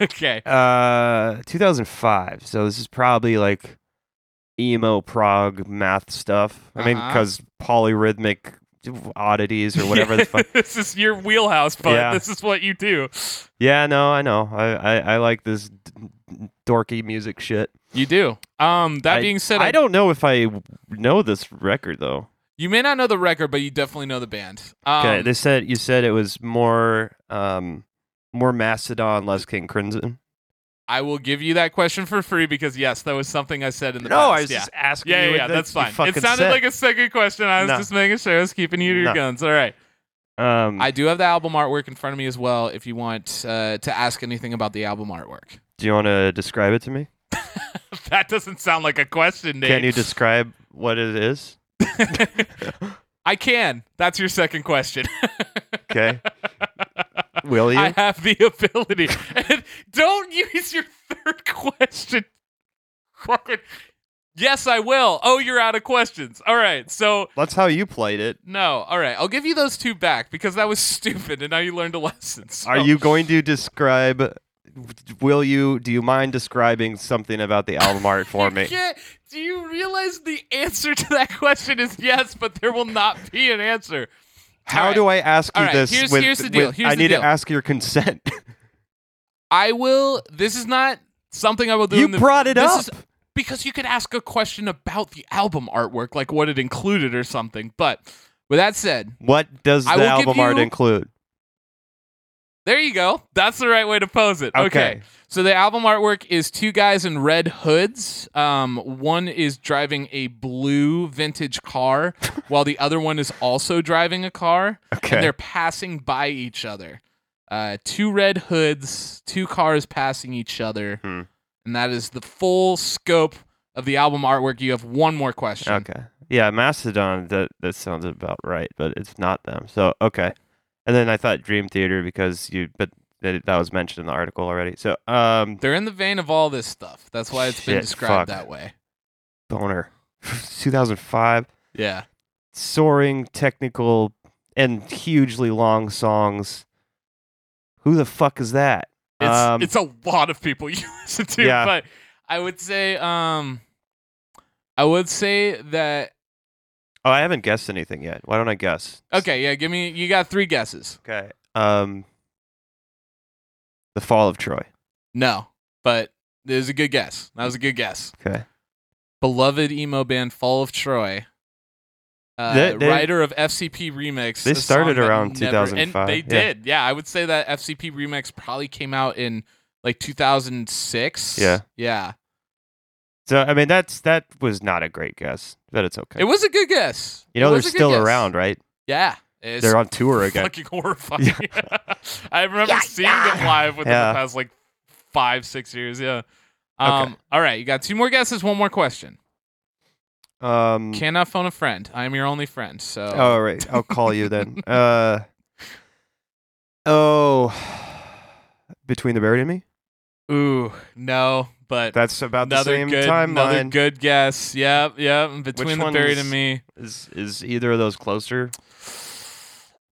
[SPEAKER 1] okay.
[SPEAKER 2] Uh, 2005. So this is probably like emo prog math stuff. I mean,
[SPEAKER 1] Uh-huh.
[SPEAKER 2] because polyrhythmic oddities or whatever the fuck.
[SPEAKER 1] this is your wheelhouse, bud.
[SPEAKER 2] Yeah.
[SPEAKER 1] This is what you do.
[SPEAKER 2] Yeah, no, I know. I, I, I like this d- d- dorky music shit.
[SPEAKER 1] You do. Um, that
[SPEAKER 2] I-
[SPEAKER 1] being said,
[SPEAKER 2] I don't know if I w- know this record though.
[SPEAKER 1] You may not know the record, but you definitely know the band. Um,
[SPEAKER 2] Okay, they said you said it was more um more Mastodon, less King Crimson.
[SPEAKER 1] I will give you that question for free because yes, that was something I said in the
[SPEAKER 2] No,
[SPEAKER 1] past.
[SPEAKER 2] I was
[SPEAKER 1] yeah.
[SPEAKER 2] just asking.
[SPEAKER 1] Yeah,
[SPEAKER 2] you
[SPEAKER 1] yeah,
[SPEAKER 2] what
[SPEAKER 1] yeah,
[SPEAKER 2] the-
[SPEAKER 1] that's
[SPEAKER 2] you
[SPEAKER 1] fine. It
[SPEAKER 2] fucking
[SPEAKER 1] sounded
[SPEAKER 2] said.
[SPEAKER 1] like a second question. I was
[SPEAKER 2] No.
[SPEAKER 1] just making sure I was keeping you to your
[SPEAKER 2] No.
[SPEAKER 1] guns. All right.
[SPEAKER 2] um.
[SPEAKER 1] I do have the album artwork in front of me as well. If you want uh, to ask anything about the album artwork,
[SPEAKER 2] do you want to describe it to me?
[SPEAKER 1] that doesn't sound like a question, Nate.
[SPEAKER 2] Can you describe what it is?
[SPEAKER 1] I can. That's your second question.
[SPEAKER 2] Okay. Will you?
[SPEAKER 1] I have the ability. And don't use your third question. Fucking- Yes, I will. Oh, you're out of questions. All right. So
[SPEAKER 2] That's how you played it.
[SPEAKER 1] no. All right. I'll give you those two back because that was stupid, and now you learned a lesson. So-
[SPEAKER 2] Are you going to describe? Will you? Do you mind describing something about the album art for
[SPEAKER 1] You
[SPEAKER 2] me?
[SPEAKER 1] can't- do you realize the answer to that question is yes, but there will not be an answer?
[SPEAKER 2] How
[SPEAKER 1] All right.
[SPEAKER 2] do I ask you
[SPEAKER 1] All right,
[SPEAKER 2] this?
[SPEAKER 1] here's-
[SPEAKER 2] with-
[SPEAKER 1] here's the deal,
[SPEAKER 2] with-
[SPEAKER 1] here's
[SPEAKER 2] I
[SPEAKER 1] the
[SPEAKER 2] need
[SPEAKER 1] deal.
[SPEAKER 2] to ask your consent.
[SPEAKER 1] I will. This is not something I will do.
[SPEAKER 2] you
[SPEAKER 1] in the,
[SPEAKER 2] brought it
[SPEAKER 1] this
[SPEAKER 2] up.
[SPEAKER 1] is- because you could ask a question about the album artwork, like what it included or something. But with that said,
[SPEAKER 2] what does the
[SPEAKER 1] I will give
[SPEAKER 2] album art
[SPEAKER 1] you-
[SPEAKER 2] include?
[SPEAKER 1] there you go. That's the right way to pose it. So the album artwork is two guys in red hoods. Um, one is driving a blue vintage car, while the other one is also driving a car.
[SPEAKER 2] Okay.
[SPEAKER 1] and they're passing by each other. Uh, two red hoods, two cars passing each other,
[SPEAKER 2] Hmm.
[SPEAKER 1] and that is the full scope of the album artwork. You have one more question.
[SPEAKER 2] Okay. Yeah, Mastodon. That that sounds about right, but it's not them. So okay. And then I thought Dream Theater because you, but that, that was mentioned in the article already. So um,
[SPEAKER 1] They're in the vein of all this stuff. That's why it's been
[SPEAKER 2] Shit, fuck.
[SPEAKER 1] described that way.
[SPEAKER 2] boner. 2005.
[SPEAKER 1] Yeah.
[SPEAKER 2] soaring technical and hugely long songs. Who the fuck is that?
[SPEAKER 1] It's
[SPEAKER 2] Um,
[SPEAKER 1] it's a lot of people you listen to,
[SPEAKER 2] Yeah.
[SPEAKER 1] but I would say um I would say that
[SPEAKER 2] Oh, I haven't guessed anything yet. Why don't I guess?
[SPEAKER 1] okay, yeah, give me you got three guesses.
[SPEAKER 2] Okay. Um, the Fall of Troy.
[SPEAKER 1] No. But it was a good guess. That was a good guess.
[SPEAKER 2] Okay.
[SPEAKER 1] Beloved emo band Fall of Troy uh,
[SPEAKER 2] They- they-
[SPEAKER 1] writer of FCP Remix.
[SPEAKER 2] They
[SPEAKER 1] a song
[SPEAKER 2] started
[SPEAKER 1] that
[SPEAKER 2] around
[SPEAKER 1] never-
[SPEAKER 2] 2005,
[SPEAKER 1] And they
[SPEAKER 2] yeah.
[SPEAKER 1] did. Yeah, I would say that FCP Remix probably came out in like 2006.
[SPEAKER 2] Yeah.
[SPEAKER 1] Yeah.
[SPEAKER 2] So I mean, that's that was not a great guess, but it's okay.
[SPEAKER 1] It was a good guess.
[SPEAKER 2] you know,
[SPEAKER 1] It
[SPEAKER 2] they're
[SPEAKER 1] was a good
[SPEAKER 2] still
[SPEAKER 1] guess.
[SPEAKER 2] around, right?
[SPEAKER 1] Yeah. It's
[SPEAKER 2] They're on tour again.
[SPEAKER 1] fucking horrifying. I remember seeing them live within
[SPEAKER 2] Yeah.
[SPEAKER 1] the past like five, six years. Yeah.
[SPEAKER 2] Okay.
[SPEAKER 1] Um, All right. You got two more guesses, one more question.
[SPEAKER 2] Um,
[SPEAKER 1] Cannot phone a friend. I am your only friend. So.
[SPEAKER 2] all right, I'll call you then. Uh, oh, between the bird and me.
[SPEAKER 1] Ooh, no, but
[SPEAKER 2] That's about
[SPEAKER 1] another
[SPEAKER 2] the same
[SPEAKER 1] good, another
[SPEAKER 2] timeline.
[SPEAKER 1] good guess. Yep, yep. and Between the
[SPEAKER 2] one
[SPEAKER 1] buried
[SPEAKER 2] is-
[SPEAKER 1] and me.
[SPEAKER 2] Is is either of those closer?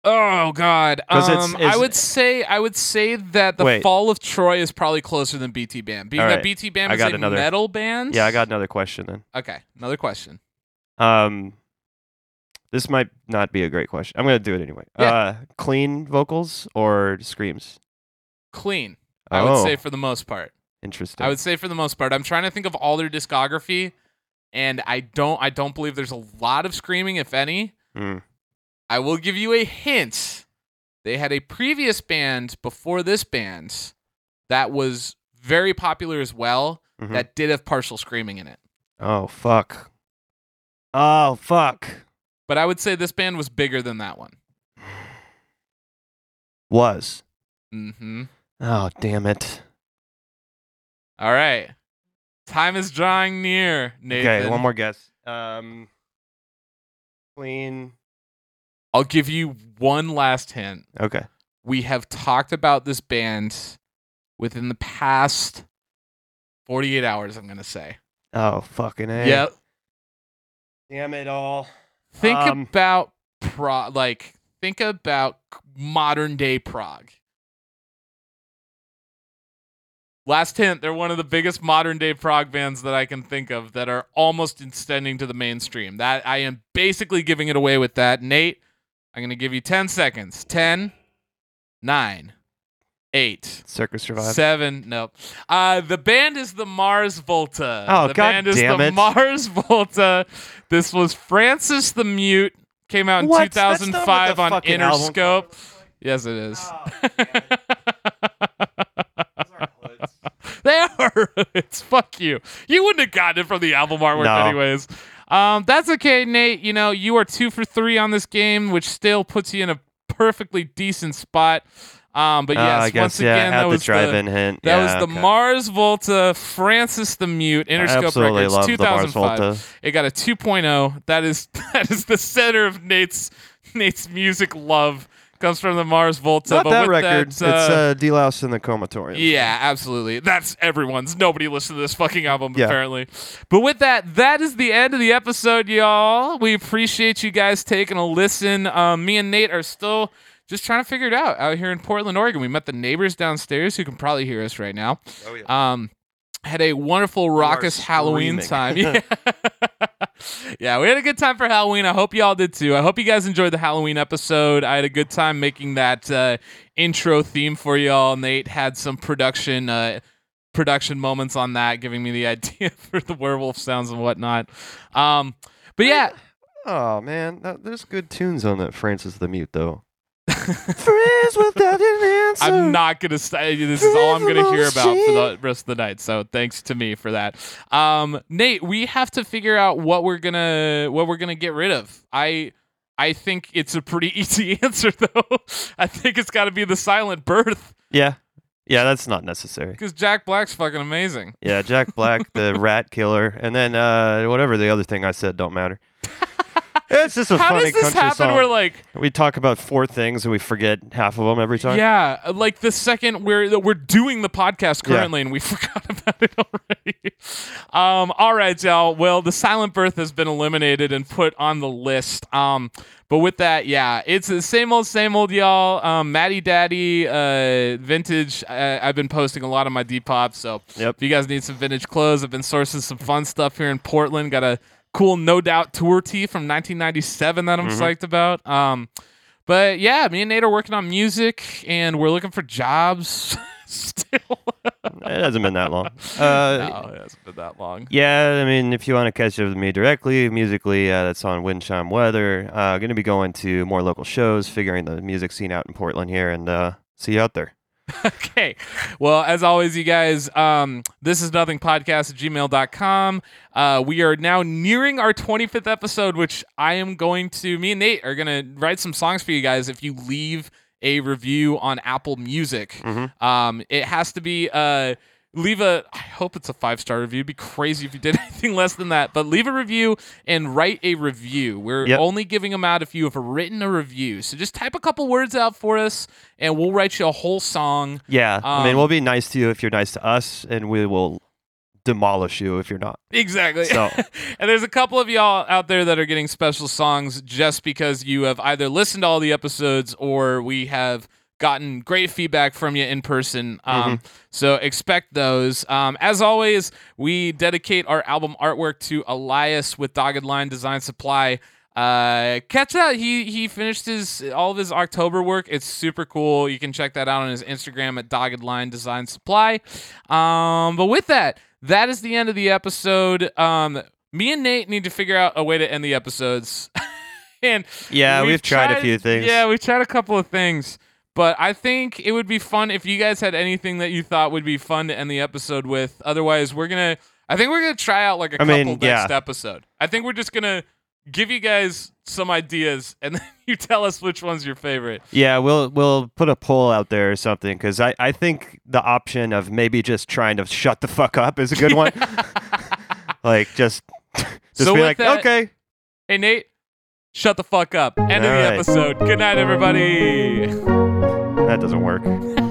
[SPEAKER 1] Oh God.
[SPEAKER 2] 'Cause it's-
[SPEAKER 1] Um, I
[SPEAKER 2] it's-
[SPEAKER 1] would say I would say that the
[SPEAKER 2] Wait.
[SPEAKER 1] fall of Troy is probably closer than BT Band, being
[SPEAKER 2] All
[SPEAKER 1] that
[SPEAKER 2] right,
[SPEAKER 1] BT Band
[SPEAKER 2] I
[SPEAKER 1] is
[SPEAKER 2] got
[SPEAKER 1] a
[SPEAKER 2] another-
[SPEAKER 1] metal band.
[SPEAKER 2] Yeah, I got another question then.
[SPEAKER 1] Okay, another question.
[SPEAKER 2] Um, this might not be a great question. I'm gonna do it anyway.
[SPEAKER 1] Yeah.
[SPEAKER 2] Uh, clean vocals or screams?
[SPEAKER 1] Clean. I would
[SPEAKER 2] Oh,
[SPEAKER 1] say for the most part.
[SPEAKER 2] interesting.
[SPEAKER 1] I would say for the most part. I'm trying to think of all their discography, and I don't. I don't believe there's a lot of screaming, if any.
[SPEAKER 2] Mm.
[SPEAKER 1] I will give you a hint. They had a previous band before this band that was very popular as well
[SPEAKER 2] Mhm.
[SPEAKER 1] that did have partial screaming in it.
[SPEAKER 2] Oh fuck. Oh fuck.
[SPEAKER 1] But I would say this band was bigger than that one.
[SPEAKER 2] Was.
[SPEAKER 1] Mhm.
[SPEAKER 2] Oh damn it.
[SPEAKER 1] All right. Time is drawing near, Nathan.
[SPEAKER 2] Okay, one more guess. Um, clean.
[SPEAKER 1] I'll give you one last hint.
[SPEAKER 2] Okay.
[SPEAKER 1] We have talked about this band within the past 48 hours, I'm going to say.
[SPEAKER 2] Oh fucking a.
[SPEAKER 1] Yeah.
[SPEAKER 2] Damn it all.
[SPEAKER 1] Think
[SPEAKER 2] Um,
[SPEAKER 1] about Prague, like think about modern day Prague. Last hint, they're one of the biggest modern day Prague bands that I can think of that are almost extending to the mainstream. That I am basically giving it away with that. Nate, I'm going to give you 10 seconds. 10 9 8
[SPEAKER 2] Circus survived.
[SPEAKER 1] Seven, nope. Uh, the band is the Mars Volta.
[SPEAKER 2] Oh,
[SPEAKER 1] the
[SPEAKER 2] God
[SPEAKER 1] band is
[SPEAKER 2] damn
[SPEAKER 1] the
[SPEAKER 2] it.
[SPEAKER 1] Mars Volta. This was Francis the Mute. Came out in
[SPEAKER 2] What? That's not
[SPEAKER 1] 2005
[SPEAKER 2] what the
[SPEAKER 1] on
[SPEAKER 2] fucking album-
[SPEAKER 1] Interscope. Yes, it is.
[SPEAKER 3] Ah,
[SPEAKER 1] they are. It's fuck you. You wouldn't have gotten it from the album artwork,
[SPEAKER 2] No.
[SPEAKER 1] anyways. Um, that's okay, Nate. You know, you are two for three on this game, which still puts you in a perfectly decent spot. Um, but
[SPEAKER 2] Uh,
[SPEAKER 1] yes,
[SPEAKER 2] I guess
[SPEAKER 1] once
[SPEAKER 2] yeah.
[SPEAKER 1] again,
[SPEAKER 2] add
[SPEAKER 1] that
[SPEAKER 2] the
[SPEAKER 1] was the,
[SPEAKER 2] drive-in hint.
[SPEAKER 1] that
[SPEAKER 2] yeah,
[SPEAKER 1] was the
[SPEAKER 2] okay.
[SPEAKER 1] Mars Volta, Francis the Mute, Interscope
[SPEAKER 2] I absolutely
[SPEAKER 1] Records,
[SPEAKER 2] love the
[SPEAKER 1] 2005.
[SPEAKER 2] Mars Volta.
[SPEAKER 1] It got a 2.0. That is that is the center of Nate's Nate's music love comes from the Mars Volta.
[SPEAKER 2] Not
[SPEAKER 1] but
[SPEAKER 2] that
[SPEAKER 1] with
[SPEAKER 2] record.
[SPEAKER 1] That, uh,
[SPEAKER 2] it's uh, D Louse in the Comatorium.
[SPEAKER 1] yeah, absolutely. That's everyone's. Nobody listened to this fucking album,
[SPEAKER 2] Yeah.
[SPEAKER 1] apparently. But with that, that is the end of the episode, y'all. We appreciate you guys taking a listen. Um, me and Nate are still just trying to figure it out out here in Portland, Oregon. We met the neighbors downstairs who can probably hear us right now.
[SPEAKER 3] Oh yeah.
[SPEAKER 1] Um, had a wonderful raucous Halloween time. Yeah.
[SPEAKER 2] screaming.
[SPEAKER 1] yeah, we had a good time for Halloween. I hope y'all did too. I hope you guys enjoyed the Halloween episode. I had a good time making that uh, intro theme for y'all. Nate had some production uh, production moments on that, giving me the idea for the werewolf sounds and whatnot. Um, but yeah,
[SPEAKER 2] Oh man, that, there's good tunes on that Francis the Mute though. Friends without an answer.
[SPEAKER 1] I'm not gonna. St- this is all I'm gonna hear
[SPEAKER 2] Driven
[SPEAKER 1] about for the
[SPEAKER 2] machine.
[SPEAKER 1] rest of the night. So thanks to me for that. Um, Nate, we have to figure out what we're gonna what we're gonna get rid of. I I think it's a pretty easy answer though. I think it's got to be the silent birth
[SPEAKER 2] Yeah, yeah, that's not necessary.
[SPEAKER 1] because Jack Black's fucking amazing.
[SPEAKER 2] Yeah, Jack Black, the rat killer, and then uh, whatever the other thing I said don't matter. It's just a
[SPEAKER 1] How
[SPEAKER 2] funny
[SPEAKER 1] does this
[SPEAKER 2] country
[SPEAKER 1] happen?
[SPEAKER 2] song.
[SPEAKER 1] Where like
[SPEAKER 2] we talk about four things and we forget half of them every time.
[SPEAKER 1] yeah, like the second we're we're doing the podcast
[SPEAKER 2] Yeah.
[SPEAKER 1] currently, and we forgot about it already. um, all right, y'all. Well, the silent birth has been eliminated and put on the list. Um, but with that, yeah, it's the same old, same old, y'all. Um, Matty Daddy, uh, vintage. Uh, I've been posting a lot of my Depop, so
[SPEAKER 2] Yep.
[SPEAKER 1] if you guys need some vintage clothes, I've been sourcing some fun stuff here in Portland. Got a cool No Doubt tour tee from 1997 that I'm
[SPEAKER 2] Mm-hmm.
[SPEAKER 1] psyched about. Um. But yeah, me and Nate are working on music and we're looking for jobs still.
[SPEAKER 2] It hasn't been that long. Uh,
[SPEAKER 1] no, it hasn't been that long.
[SPEAKER 2] Yeah, I mean, if you want to catch up with me directly, musically, uh, that's on Wind Chime Weather. Uh, going to be going to more local shows, figuring the music scene out in Portland here, and uh, see you out there.
[SPEAKER 1] okay. Well, as always, you guys, um, this is nothing podcast at gmail.com. Uh, we are now nearing our 25th episode, which I am going to, me and Nate are going to write some songs for you guys if you leave a review on Apple Music.
[SPEAKER 2] Mhm.
[SPEAKER 1] Um, it has to be, uh, leave a, I hope it's a five star review. It'd be crazy if you did anything less than that, but leave a review and write a review. We're
[SPEAKER 2] Yep.
[SPEAKER 1] only giving them out if you have written a review. So just type a couple words out for us and we'll write you a whole song.
[SPEAKER 2] Yeah, I mean,
[SPEAKER 1] Um,
[SPEAKER 2] we'll be nice to you if you're nice to us, and we will demolish you if you're not.
[SPEAKER 1] Exactly.
[SPEAKER 2] So-
[SPEAKER 1] and there's a couple of y'all out there that are getting special songs just because you have either listened to all the episodes or we have gotten great feedback from you in person. Um, So expect those. Um, as always, we dedicate our album artwork to Elias with Dogged Line Design Supply. Uh, catch that he he finished his all of his October work. It's super cool. You can check that out on his Instagram at Dogged Line Design Supply. Um, but with that, that is the end of the episode. Um, me and Nate need to figure out a way to end the episodes. and
[SPEAKER 2] Yeah, we've, tried, a few things.
[SPEAKER 1] Yeah, we've tried a couple of things. But I think it would be fun if you guys had anything that you thought would be fun to end the episode with. Otherwise, we're gonna. I think we're gonna try out like a
[SPEAKER 2] I
[SPEAKER 1] couple
[SPEAKER 2] mean,
[SPEAKER 1] next
[SPEAKER 2] yeah.
[SPEAKER 1] episode. I think we're just gonna give you guys some ideas, and then you tell us which one's your favorite.
[SPEAKER 2] Yeah, we'll we'll put a poll out there or something because I, I think the option of maybe just trying to shut the fuck up is a good one. like just just
[SPEAKER 1] So
[SPEAKER 2] be
[SPEAKER 1] with
[SPEAKER 2] like,
[SPEAKER 1] that-
[SPEAKER 2] okay,
[SPEAKER 1] Hey Nate, shut the fuck up. End of
[SPEAKER 2] All
[SPEAKER 1] the
[SPEAKER 2] right.
[SPEAKER 1] episode. Good night, everybody.
[SPEAKER 2] that doesn't work.